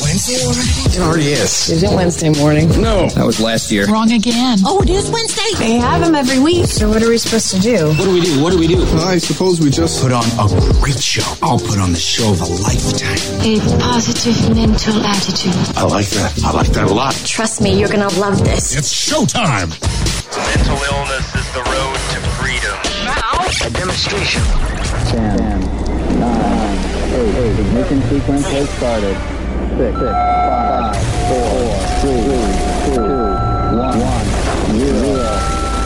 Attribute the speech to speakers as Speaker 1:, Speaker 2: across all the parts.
Speaker 1: It already is.
Speaker 2: Is it Wednesday morning?
Speaker 1: No.
Speaker 3: That was last year.
Speaker 4: Wrong again.
Speaker 5: Oh, it is Wednesday.
Speaker 2: They have them every week. So what are we supposed to do?
Speaker 3: What do we do? What do we do?
Speaker 1: I suppose we just
Speaker 6: put on a great show. I'll put on the show of a lifetime.
Speaker 7: A positive mental attitude.
Speaker 6: I like that. I like that a lot.
Speaker 8: Trust me, you're gonna love this.
Speaker 9: It's showtime.
Speaker 10: Mental illness is the road to freedom.
Speaker 11: Now, a demonstration.
Speaker 12: Ten, Ten nine, eight, eight. Ignition sequence has started. Six, six, five, four, three, two, one, one, zero.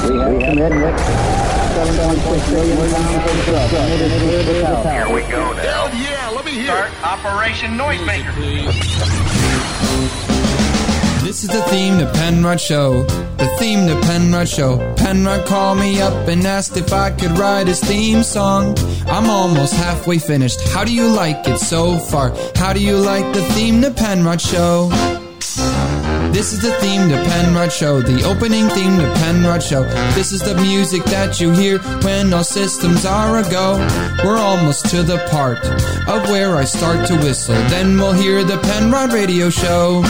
Speaker 12: We have commitment. 7.6 million pounds of drugs. Here
Speaker 10: we go now.
Speaker 9: Yeah, let me hear
Speaker 10: Start Operation Noisemaker.
Speaker 13: This is the theme to Penrod Show. The theme to Penrod Show. Penrod called me up and asked if I could write his theme song. I'm almost halfway finished. How do you like it so far? How do you like the theme to Penrod Show? This is the theme to Penrod Show, the opening theme to Penrod Show. This is the music that you hear when all systems are ago. We're almost to the part of where I start to whistle. Then we'll hear the Penrod Radio Show.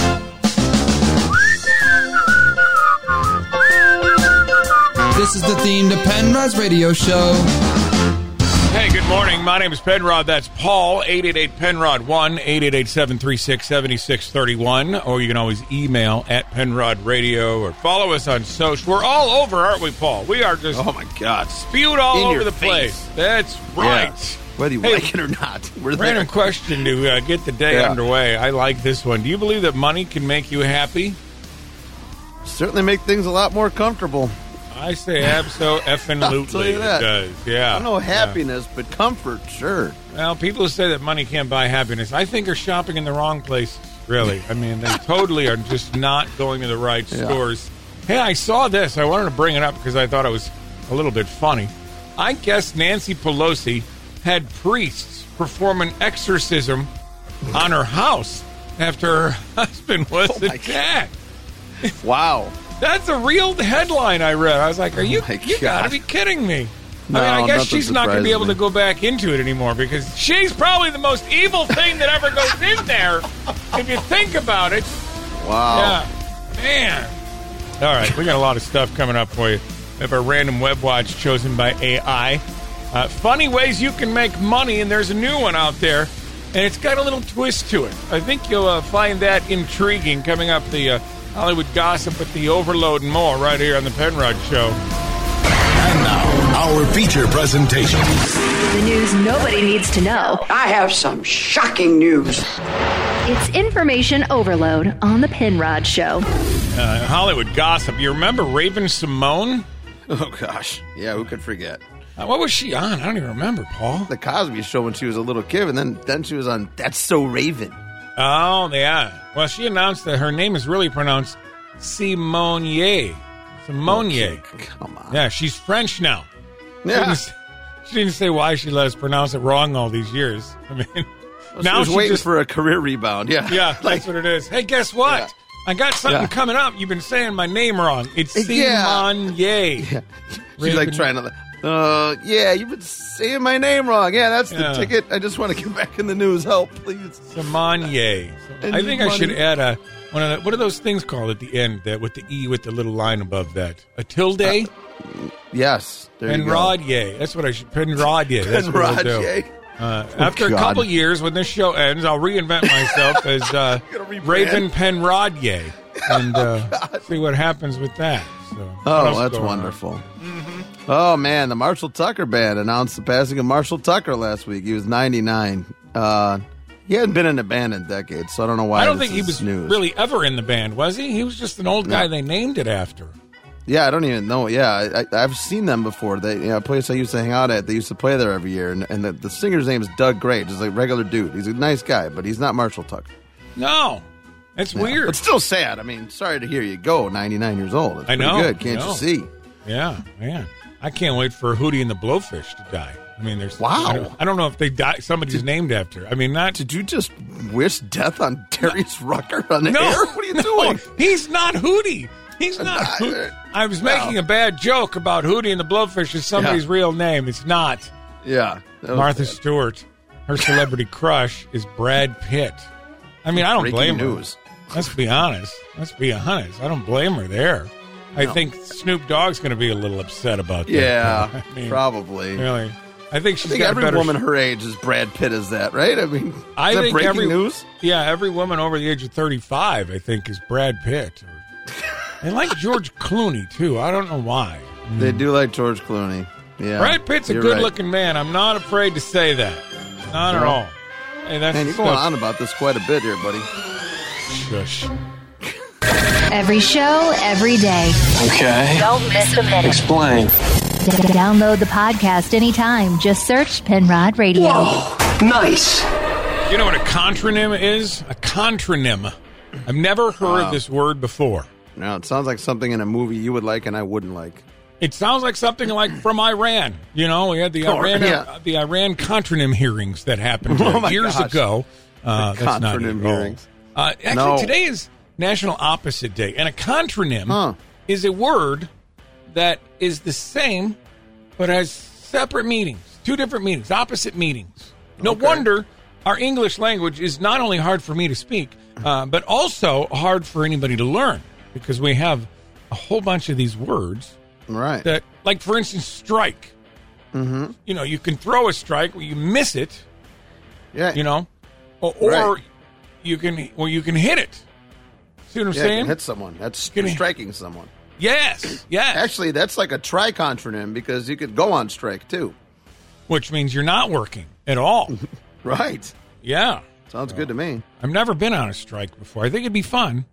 Speaker 13: This is the theme to Penrod's Radio Show.
Speaker 14: Hey, good morning. My name is Penrod. That's Paul, 888 Penrod 1 888 736 7631. Or you can always email at Penrod Radio or follow us on social. We're all over, aren't we, Paul? We are just.
Speaker 3: Oh, my God.
Speaker 14: Spewed all
Speaker 3: In
Speaker 14: over
Speaker 3: your
Speaker 14: the
Speaker 3: face.
Speaker 14: place. That's right.
Speaker 3: Whether you
Speaker 14: Hey,
Speaker 3: like it or not, we're there.
Speaker 14: Random question to uh, get the day
Speaker 3: Yeah.
Speaker 14: underway. I like this one. Do you believe that money can make you happy?
Speaker 3: Certainly make things a lot more comfortable.
Speaker 14: I say
Speaker 3: I'll tell
Speaker 14: absolutely
Speaker 3: you
Speaker 14: it
Speaker 3: that.
Speaker 14: does. Yeah.
Speaker 3: I don't know
Speaker 14: Yeah.
Speaker 3: happiness, but comfort, sure.
Speaker 14: Well, people who say that money can't buy happiness, I think are shopping in the wrong place. Really, I mean, they totally are just not going to the right
Speaker 3: Yeah.
Speaker 14: stores. Hey, I saw this. I wanted to bring it up because I thought it was a little bit funny. I guess Nancy Pelosi had priests perform an exorcism on her house after her husband was
Speaker 3: Oh my
Speaker 14: attacked.
Speaker 3: Wow.
Speaker 14: That's a real headline I read. I was like, "Are you?
Speaker 3: Oh my
Speaker 14: you gotta
Speaker 3: God.
Speaker 14: be kidding me!"
Speaker 3: No,
Speaker 14: I mean, I guess
Speaker 3: nothing
Speaker 14: she's not gonna be
Speaker 3: surprises
Speaker 14: able
Speaker 3: me.
Speaker 14: to go back into it anymore because she's probably the most evil thing that ever goes in there. If you think about it,
Speaker 3: Wow.
Speaker 14: yeah, man. All right, we got a lot of stuff coming up for you. We have a random web watch chosen by AI. Uh, funny ways you can make money, and there's a new one out there, and it's got a little twist to it. I think you'll uh, find that intriguing coming up the uh, Hollywood gossip with the overload and more right here on the Penrod Show.
Speaker 9: And now, our feature presentation.
Speaker 15: The news nobody needs to know.
Speaker 16: I have some shocking news.
Speaker 15: It's information overload on the Penrod Show.
Speaker 14: Uh, Hollywood gossip. You remember Raven Simone?
Speaker 3: Oh, gosh. Yeah, who could forget?
Speaker 14: Uh, what was she on? I don't even remember, Paul.
Speaker 3: The Cosby Show when she was a little kid, and then, then she was on That's So Raven.
Speaker 14: Oh, yeah. Well, she announced that her name is really pronounced Simonier. Simonier.
Speaker 3: Come on.
Speaker 14: Yeah, she's French now. She
Speaker 3: Yeah.
Speaker 14: didn't s- She didn't say why she let us pronounce it wrong all these years. I mean,
Speaker 3: now
Speaker 14: now
Speaker 3: was
Speaker 14: she
Speaker 3: waiting
Speaker 14: just.
Speaker 3: for a career rebound. Yeah.
Speaker 14: yeah, that's what it is. Hey, guess what?
Speaker 3: Yeah.
Speaker 14: I got something
Speaker 3: Yeah.
Speaker 14: coming up. You've been saying my name wrong. It's
Speaker 3: Yeah.
Speaker 14: Simonier.
Speaker 3: She's like trying to. Uh, yeah, you've been saying my name wrong. Yeah, that's
Speaker 14: Yeah.
Speaker 3: the ticket. I just want to get back in the news. Help, please.
Speaker 14: Simonier.
Speaker 3: And
Speaker 14: I think I should
Speaker 3: money.
Speaker 14: add a one of the, what are those things called at the end that with the e with the little line above that a tilde
Speaker 3: Yes, Ah, there you go.
Speaker 14: Penrodier. That's what I should Penrodier. That's what we'll do.
Speaker 3: Penrodier. Oh,
Speaker 14: Uh, after a
Speaker 3: God.
Speaker 14: couple years, when this show ends, I'll reinvent myself as uh,
Speaker 3: You're gonna rebrand.
Speaker 14: Raven Penrodier and uh, see what happens with that. So, what else
Speaker 3: Oh,
Speaker 14: is
Speaker 3: that's
Speaker 14: going on? Mm-hmm.
Speaker 3: wonderful. Oh man, the Marshall Tucker band announced the passing of Marshall Tucker last week. He was 99. Uh, he hadn't been in a band in decades, so I don't know why.
Speaker 14: I don't
Speaker 3: this
Speaker 14: think he
Speaker 3: is
Speaker 14: was
Speaker 3: news.
Speaker 14: really ever in the band, was he? He was just an old guy they named it after.
Speaker 3: Yeah, I don't even know. Yeah, I, I, I've seen them before. They, you know, a place I used to hang out at, they used to play there every year. And, and the, the singer's name is Doug Gray, just like regular dude. He's a nice guy, but he's not Marshall Tucker.
Speaker 14: No, that's
Speaker 3: Yeah.
Speaker 14: weird.
Speaker 3: But still sad. I mean, sorry to hear you go. 99 years old. It's
Speaker 14: I
Speaker 3: pretty
Speaker 14: know,
Speaker 3: good.
Speaker 14: I
Speaker 3: Can't
Speaker 14: know.
Speaker 3: you see?
Speaker 14: Yeah, man. I can't wait for Hootie and the Blowfish to die. I mean, there's
Speaker 3: Wow.
Speaker 14: I don't, I don't know if they die. Somebody's named after. I mean, not
Speaker 3: Did you just wish death on Darius Rucker on the
Speaker 14: no.
Speaker 3: air? What are you
Speaker 14: no,
Speaker 3: doing?
Speaker 14: He's not Hootie. He's not.
Speaker 3: I-
Speaker 14: Hoo- I was making a bad joke about Hootie and the Blowfish is somebody's
Speaker 3: Yeah.
Speaker 14: real name. It's not
Speaker 3: Yeah. that was
Speaker 14: Martha
Speaker 3: bad.
Speaker 14: Stewart. Her celebrity crush is Brad Pitt. I mean, I don't
Speaker 3: Breaking
Speaker 14: blame
Speaker 3: news.
Speaker 14: her. Let's be honest. Let's be honest. I don't blame her there. I
Speaker 3: No.
Speaker 14: think Snoop Dogg's going to be a little upset about that.
Speaker 3: Yeah,
Speaker 14: I mean,
Speaker 3: probably.
Speaker 14: Really. I think
Speaker 3: I
Speaker 14: she's
Speaker 3: think
Speaker 14: got a
Speaker 3: every
Speaker 14: better
Speaker 3: woman her age is Brad Pitt. Is that right? I mean,
Speaker 14: I
Speaker 3: is that
Speaker 14: think
Speaker 3: breaking
Speaker 14: every
Speaker 3: news.
Speaker 14: Yeah, every woman over the age of thirty-five, I think, is Brad Pitt. they like George Clooney too. I don't know why.
Speaker 3: They do like George Clooney. Yeah,
Speaker 14: Hmm. Brad Pitt's a
Speaker 3: you're right.
Speaker 14: good-looking man. I'm not afraid to say that. Not at
Speaker 3: No.
Speaker 14: all. Hey, that's
Speaker 3: Man,
Speaker 14: the
Speaker 3: you're going
Speaker 14: stuff.
Speaker 3: on about this quite a bit here, buddy.
Speaker 14: Shush.
Speaker 15: Every show, every day.
Speaker 4: Okay.
Speaker 15: Don't miss a minute.
Speaker 4: Explain.
Speaker 15: D- download the podcast anytime. Just search Penrod Radio.
Speaker 14: Nice. You know what a contronym is? A contronym. I've never heard
Speaker 3: Wow.
Speaker 14: this word before.
Speaker 3: No, it sounds like something in a movie you would like and I wouldn't like.
Speaker 14: It sounds like something like from Iran. You know, we had the
Speaker 3: Sure,
Speaker 14: Iran
Speaker 3: yeah.
Speaker 14: uh, the Iran contronym hearings that happened
Speaker 3: Oh
Speaker 14: uh,
Speaker 3: my
Speaker 14: years
Speaker 3: gosh.
Speaker 14: ago. Uh,
Speaker 3: The
Speaker 14: that's not it
Speaker 3: contronym
Speaker 14: at all.
Speaker 3: hearings.
Speaker 14: Uh, actually,
Speaker 3: No.
Speaker 14: today is National Opposite Day, and a contronym is a word that is the same but has separate meanings, two different meanings, opposite meanings. No wonder our English language is not only hard for me to speak, uh, but also hard for anybody to learn because we have a whole bunch of these words.
Speaker 3: Right.
Speaker 14: That, like, for instance, strike. Mm-hmm. You know, you can throw a strike, where you miss it.
Speaker 3: Yeah.
Speaker 14: You know, or, or
Speaker 3: Right.
Speaker 14: you can, well, you can hit it. See what I'm
Speaker 3: yeah, you
Speaker 14: saying?
Speaker 3: can hit someone. That's
Speaker 14: Can
Speaker 3: you're
Speaker 14: hit-
Speaker 3: striking someone.
Speaker 14: Yes. Yes.
Speaker 3: Actually, that's like a tricontronym because you could go on strike too.
Speaker 14: Which means you're not working at all.
Speaker 3: Right.
Speaker 14: Yeah.
Speaker 3: Sounds good to me.
Speaker 14: I've never been on a strike before. I think it'd be fun.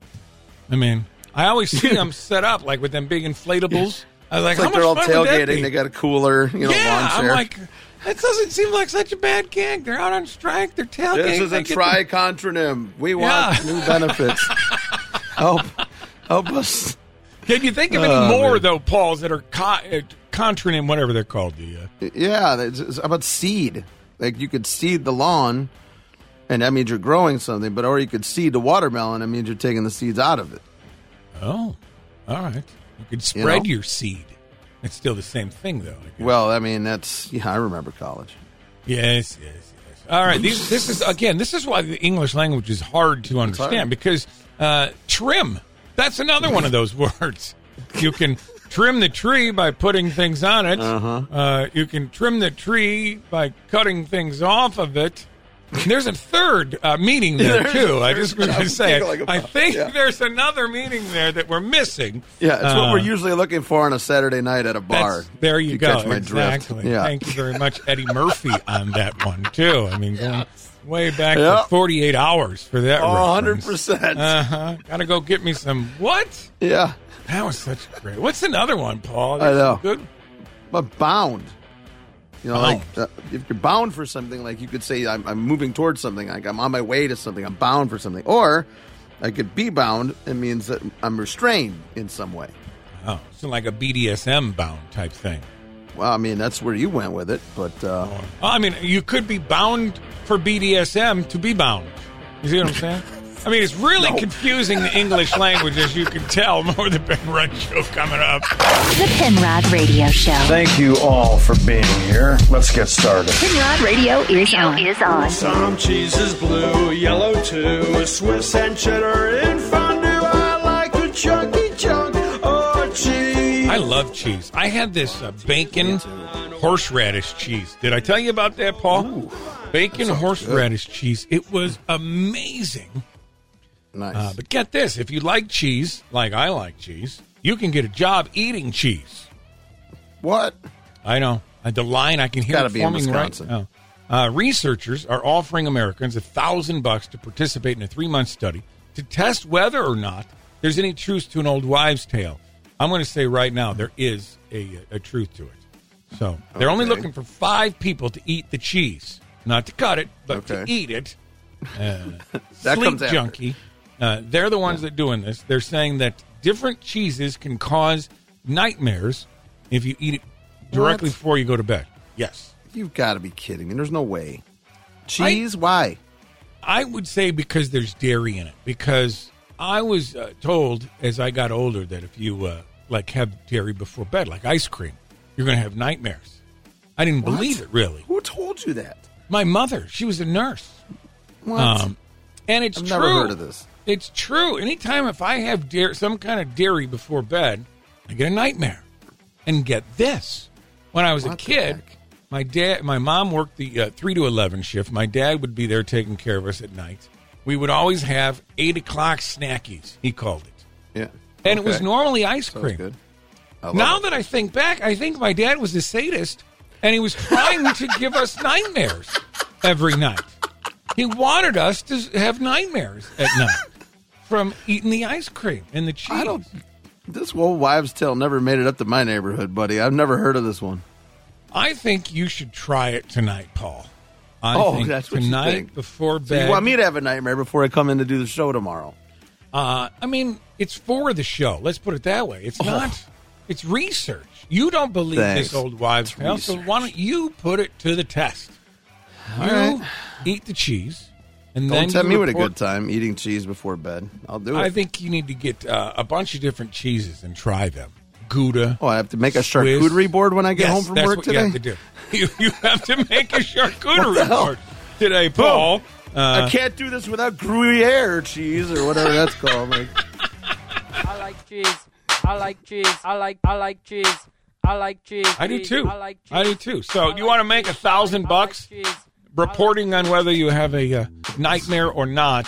Speaker 14: I mean, I always see them set up like with them big inflatables. I was like,
Speaker 3: it's like
Speaker 14: how
Speaker 3: they're all
Speaker 14: much fun would that
Speaker 3: tailgating.
Speaker 14: be?
Speaker 3: They got a cooler, you know,
Speaker 14: yeah,
Speaker 3: lawn chair.
Speaker 14: I'm like, that doesn't seem like such a bad gig. They're out on strike. They're tailgating.
Speaker 3: this is
Speaker 14: They
Speaker 3: a
Speaker 14: get to-
Speaker 3: tricontronym. We want
Speaker 14: Yeah.
Speaker 3: new benefits. help, help us.
Speaker 14: Can you think of any
Speaker 3: Oh,
Speaker 14: more
Speaker 3: man.
Speaker 14: though, Pauls, that are co- uh, contronym, whatever they're called? The uh,
Speaker 3: Yeah, it's, it's about seed. Like you could seed the lawn, and that means you're growing something. But or you could seed the watermelon. That means you're taking the seeds out of it.
Speaker 14: oh, all right. You could
Speaker 3: You
Speaker 14: spread
Speaker 3: know?
Speaker 14: your seed. It's still the same thing though.
Speaker 3: Well, I mean that's yeah. I remember college.
Speaker 14: Yes, yes, yes. All right. These, this is again. This is why the English language is hard to understand
Speaker 3: hard.
Speaker 14: because uh, trim. That's another one of those words. You can trim the tree by putting things on it. Uh-huh. you can trim the tree by cutting things off of it. There's a third uh, meaning there
Speaker 3: There's-
Speaker 14: too. I just was going to
Speaker 3: I'm
Speaker 14: say.
Speaker 3: giggling
Speaker 14: I
Speaker 3: about-
Speaker 14: think
Speaker 3: yeah.
Speaker 14: there's another meaning there that we're missing.
Speaker 3: Yeah, it's
Speaker 14: Uh,
Speaker 3: what we're usually looking for on a Saturday night at a bar.
Speaker 14: that's- There you,
Speaker 3: If
Speaker 14: go.
Speaker 3: Catch my
Speaker 14: exactly.
Speaker 3: drift. Yeah.
Speaker 14: Thank you very much, Eddie Murphy, on that one too. I mean, going way back
Speaker 3: Yeah.
Speaker 14: to 48 hours for that.
Speaker 3: Oh,
Speaker 14: reference.
Speaker 3: 100%.
Speaker 14: Uh-huh. Gotta go get me some. What?
Speaker 3: Yeah,
Speaker 14: That was such a great. What's another one, Paul?
Speaker 3: I know.
Speaker 14: Good.
Speaker 3: but bound. You know, like uh, if you're bound for something, like you could say, I'm, I'm moving towards something. Like I'm on my way to something. I'm bound for something. Or I could be bound. It means that I'm restrained in some way.
Speaker 14: Oh, so like a BDSM bound type thing.
Speaker 3: Well, I mean, that's where you went with it, but uh,
Speaker 14: Well, I mean, you could be bound for BDSM to be bound. You see what I'm saying? I mean, it's really confusing the English language, as you can tell. More the Ben Rudd show coming up.
Speaker 15: The Penrod Radio Show.
Speaker 5: Thank you all for being here. Let's get started.
Speaker 15: Penrod Radio is on.
Speaker 5: Some cheese is blue, yellow too. Swiss and cheddar in fondue. I like the chunky chunk or cheese.
Speaker 14: I love cheese. I had this uh, bacon horseradish cheese. Did I tell you about that, Paul? bacon horseradish cheese. It was amazing.
Speaker 3: nice.
Speaker 14: Uh, but get this if you like cheese, like I like cheese, you can get a job eating cheese.
Speaker 3: what?
Speaker 14: I know. Uh, The line I can hear
Speaker 3: gotta
Speaker 14: it
Speaker 3: be in
Speaker 14: forming right
Speaker 3: Wisconsin.
Speaker 14: now. Uh, researchers are offering Americans a thousand bucks to participate in a three month study to test whether or not there's any truth to an old wives' tale. I'm going to say right now there is a, a truth to it. So they're only
Speaker 3: Okay.
Speaker 14: looking for five people to eat the cheese, not to cut it, but to
Speaker 3: Okay.
Speaker 14: eat it. Uh,
Speaker 3: That
Speaker 14: sleep
Speaker 3: comes after.
Speaker 14: junkie. Uh, they're the ones that doing this. They're saying that different cheeses can cause nightmares if you eat it directly
Speaker 3: What?
Speaker 14: before you go to bed. Yes.
Speaker 3: You've got to be kidding me. There's no way. Cheese? Why?
Speaker 14: I would say because there's dairy in it. Because I was uh, told as I got older that if you uh, like have dairy before bed, like ice cream, you're going to have nightmares. I didn't
Speaker 3: What?
Speaker 14: believe it really.
Speaker 3: Who told you that?
Speaker 14: My mother, she was a nurse.
Speaker 3: What?
Speaker 14: Um, And it's
Speaker 3: I've
Speaker 14: true.
Speaker 3: never heard of this.
Speaker 14: It's true. Anytime if I have dairy, some kind of dairy before bed, I get a nightmare. And get this: when I was a
Speaker 3: What the
Speaker 14: kid, my dad, my mom worked the uh, three to eleven shift. My dad would be there taking care of us at night. We would always have eight o'clock snackies. He called it,
Speaker 3: Yeah.
Speaker 14: and it was
Speaker 3: Okay.
Speaker 14: normally ice
Speaker 3: Sounds
Speaker 14: cream.
Speaker 3: good. I love
Speaker 14: Now
Speaker 3: it.
Speaker 14: that I think back, I think my dad was a sadist and he was trying to give us nightmares every night. He wanted us to have nightmares at night from eating the ice cream and the cheese.
Speaker 3: I don't. This whole wives' tale never made it up to my neighborhood, buddy. I've never heard of this one.
Speaker 14: I think you should try it tonight, Paul. I
Speaker 3: oh,
Speaker 14: think
Speaker 3: that's what you
Speaker 14: tonight
Speaker 3: think.
Speaker 14: before
Speaker 3: So
Speaker 14: bed.
Speaker 3: you want me to have a nightmare before I come in to do the show tomorrow?
Speaker 14: Uh, I mean, it's for the show. Let's put it that way. It's not. It's research. You don't believe
Speaker 3: Oh. Thanks.
Speaker 14: this old wives'
Speaker 3: It's
Speaker 14: tale, so why don't you put it to the test?
Speaker 3: All
Speaker 14: you
Speaker 3: right.
Speaker 14: eat the cheese, and then
Speaker 3: Don't tempt me
Speaker 14: you
Speaker 3: with a
Speaker 14: report-
Speaker 3: good time eating cheese before bed. I'll do it.
Speaker 14: I think you need to get uh, a bunch of different cheeses and try them. Gouda.
Speaker 3: Oh, I have to make a
Speaker 14: Swiss.
Speaker 3: charcuterie board when I get
Speaker 14: Yes,
Speaker 3: home from
Speaker 14: that's
Speaker 3: work
Speaker 14: what
Speaker 3: today.
Speaker 14: You have to do. You, you have to make a charcuterie
Speaker 3: What the hell?
Speaker 14: board today, Paul. Uh,
Speaker 3: I can't do this without Gruyere cheese or whatever that's called. Like,
Speaker 4: I like cheese. I like cheese. I like I like cheese. I like cheese.
Speaker 14: I do too.
Speaker 4: I like cheese.
Speaker 14: I do too. So you want to make a thousand bucks reporting on whether you have a uh, nightmare or not?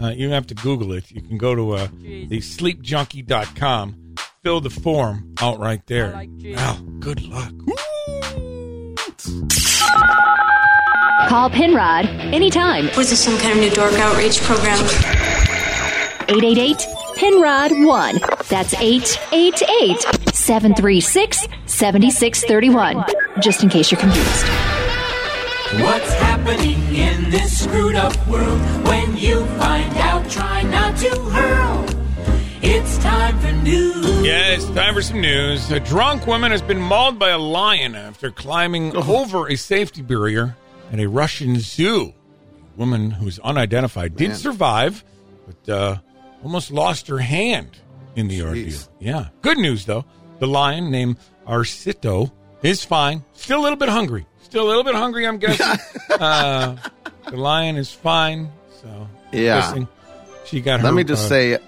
Speaker 14: Uh, you don't have to Google it. You can go to uh, the sleepjunkie.com, fill the form out right there. Wow, good luck.
Speaker 15: Call Penrod anytime.
Speaker 8: Was this some kind of new dork outreach program?
Speaker 15: 888 Penrod 1. That's 888 736 7631. Just in case you're confused.
Speaker 17: What's happening in this screwed up world? When you find out, try not to hurl. It's time for news.
Speaker 14: Yes, time for some news. A drunk woman has been mauled by a lion after climbing
Speaker 3: Oh.
Speaker 14: over a safety barrier at a Russian zoo. A woman who's unidentified did
Speaker 3: Man.
Speaker 14: survive, but uh, almost lost her hand in the ordeal. Yeah. Good news, though. The lion named Arsito is fine. Still a little bit hungry. Still a little bit hungry, I'm guessing. uh, the lion is fine. So,
Speaker 3: Yeah.
Speaker 14: guessing She got her.
Speaker 3: let me just
Speaker 14: uh,
Speaker 3: say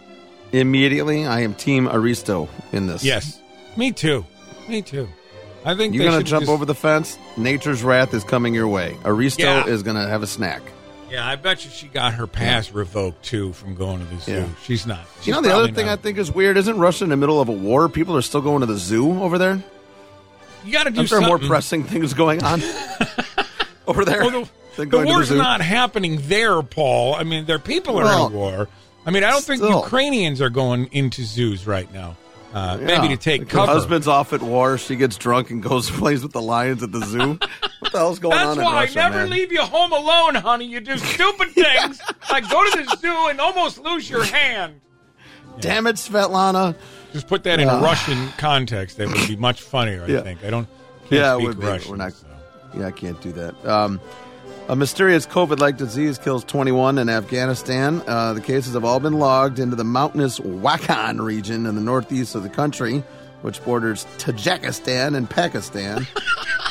Speaker 3: immediately, I am Team Aristo in this.
Speaker 14: Yes. Me too. Me too. I think
Speaker 3: You're
Speaker 14: they
Speaker 3: going to
Speaker 14: should
Speaker 3: jump
Speaker 14: just-
Speaker 3: over the fence. Nature's wrath is coming your way. Aristo
Speaker 14: Yeah.
Speaker 3: is going to have a snack.
Speaker 14: Yeah, I bet you she got her pass revoked too from going to the zoo.
Speaker 3: Yeah.
Speaker 14: She's not. She's
Speaker 3: you know, the other
Speaker 14: probably
Speaker 3: thing I
Speaker 14: not.
Speaker 3: think is weird isn't Russia in the middle of a war? People are still going to the zoo over there.
Speaker 14: you got to do
Speaker 3: I'm sure more
Speaker 14: something.
Speaker 3: pressing things going on over there.
Speaker 14: Well, the-
Speaker 3: than
Speaker 14: the
Speaker 3: going to
Speaker 14: war's
Speaker 3: zoo.
Speaker 14: not happening there, Paul. I mean, their people are
Speaker 3: Well,
Speaker 14: in war. I mean, I don't think
Speaker 3: still.
Speaker 14: Ukrainians are going into zoos right now. Uh, Maybe to take
Speaker 3: Her
Speaker 14: cover.
Speaker 3: husband's off at war. She gets drunk and goes and plays with the lions at the zoo. what the hell's going
Speaker 14: That's
Speaker 3: on in
Speaker 14: why
Speaker 3: Russia,
Speaker 14: I never
Speaker 3: man?
Speaker 14: leave you home alone, honey. You do stupid things like go to the zoo and almost lose your hand.
Speaker 3: Damn it, Svetlana.
Speaker 14: Just put that in
Speaker 3: Uh.
Speaker 14: a Russian context. That would be much funnier. I
Speaker 3: Yeah.
Speaker 14: think. I don't. Can't
Speaker 3: Yeah, it
Speaker 14: speak
Speaker 3: would be.
Speaker 14: Russian,
Speaker 3: We're not.
Speaker 14: so.
Speaker 3: Yeah, I can't do that. Um, a mysterious COVID-like disease kills 21 in Afghanistan. Uh, the cases have all been logged into the mountainous Wakhan region in the northeast of the country, which borders Tajikistan and Pakistan.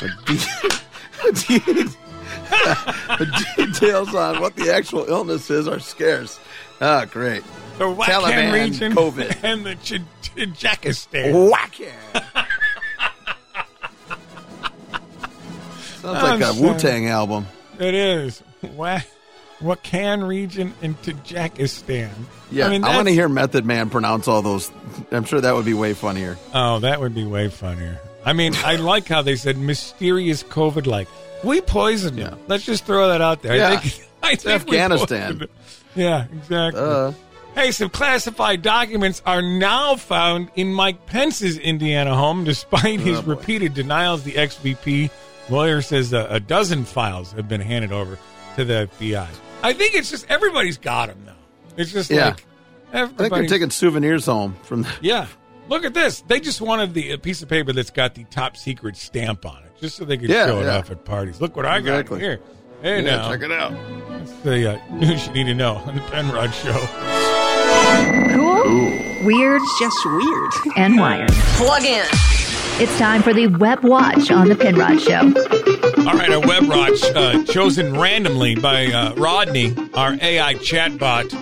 Speaker 3: The de- de- the details on what the actual illness is are scarce. Ah, great.
Speaker 14: The Wakhan
Speaker 3: Taliban
Speaker 14: region
Speaker 3: COVID. Oh.
Speaker 14: and the Ch- Tajikistan.
Speaker 3: Wakhan. Sounds like
Speaker 14: I'm
Speaker 3: a
Speaker 14: sorry.
Speaker 3: Wu Tang album.
Speaker 14: It is. Wa- Wakhan region and Tajikistan.
Speaker 3: Yeah, I, want
Speaker 14: that's-
Speaker 3: to hear Method Man pronounce all those. I'm sure that would be way funnier.
Speaker 14: Oh, that would be way funnier. I mean, I like how they said mysterious COVID like. We poisoned them. Let's just throw that out there. I
Speaker 3: Yeah.
Speaker 14: think, I
Speaker 3: It's
Speaker 14: think we
Speaker 3: Afghanistan.
Speaker 14: poisoned them. Yeah, exactly.
Speaker 3: Uh.
Speaker 14: Hey, some classified documents are now found in Mike Pence's Indiana home, despite his
Speaker 3: Oh, boy.
Speaker 14: repeated denials. The ex VP lawyer says a, a dozen files have been handed over to the FBI. I think it's just everybody's got them, though. It's just
Speaker 3: Yeah.
Speaker 14: like
Speaker 3: I think they're
Speaker 14: everybody.
Speaker 3: taking souvenirs home from. The,
Speaker 14: yeah, look at this. They just wanted the a piece of paper that's got the top secret stamp on it, just so they could
Speaker 3: Yeah,
Speaker 14: show it
Speaker 3: yeah.
Speaker 14: off at parties. Look what I
Speaker 3: Exactly.
Speaker 14: got here. Hey,
Speaker 3: Yeah,
Speaker 14: now
Speaker 3: check it out.
Speaker 14: that's the uh, news you need to know on the Penrod Show.
Speaker 15: Cool, weird, just weird, and wired.
Speaker 18: Plug in.
Speaker 15: It's time for the Web Watch on the Penrod Show.
Speaker 14: All right, our web watch uh, chosen randomly by uh, Rodney, our AI chatbot.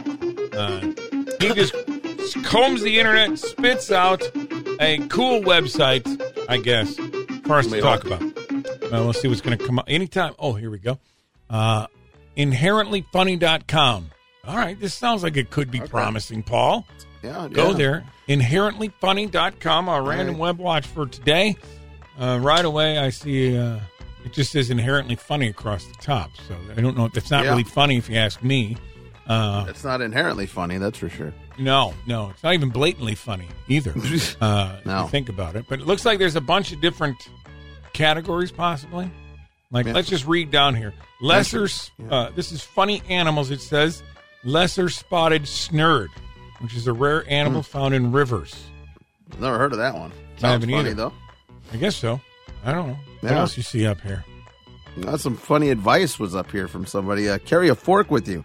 Speaker 14: Uh, he just combs the internet, spits out a cool website, I guess, for us to talk about. Well, let's see what's going to come up anytime. Oh, here we go. Uh, inherentlyfunny.com. All right, this sounds like it could be promising, Paul.
Speaker 3: Yeah,
Speaker 14: Go
Speaker 3: yeah.
Speaker 14: there. Inherentlyfunny.com, our random web watch for today. Uh, right away, I see uh, it just says inherently funny across the top. So I don't know. It's not
Speaker 3: Yeah.
Speaker 14: really funny if you ask me. Uh,
Speaker 3: It's not inherently funny, that's for sure.
Speaker 14: no, no, it's not even blatantly funny either. Uh, if you
Speaker 3: No.
Speaker 14: think about it. But it looks like there's a bunch of different categories, possibly. Like,
Speaker 3: Yeah.
Speaker 14: let's just read down here. Lesser, uh, this is funny animals. It says lesser spotted snurd, which is a rare animal
Speaker 3: Hmm.
Speaker 14: found in rivers.
Speaker 3: Never heard of that one.
Speaker 14: I
Speaker 3: Sounds
Speaker 14: haven't
Speaker 3: funny
Speaker 14: either.
Speaker 3: though.
Speaker 14: I guess so. I don't know. What
Speaker 3: Yeah.
Speaker 14: else you see up here?
Speaker 3: Got some funny advice was up here from somebody. Uh, carry a fork with you.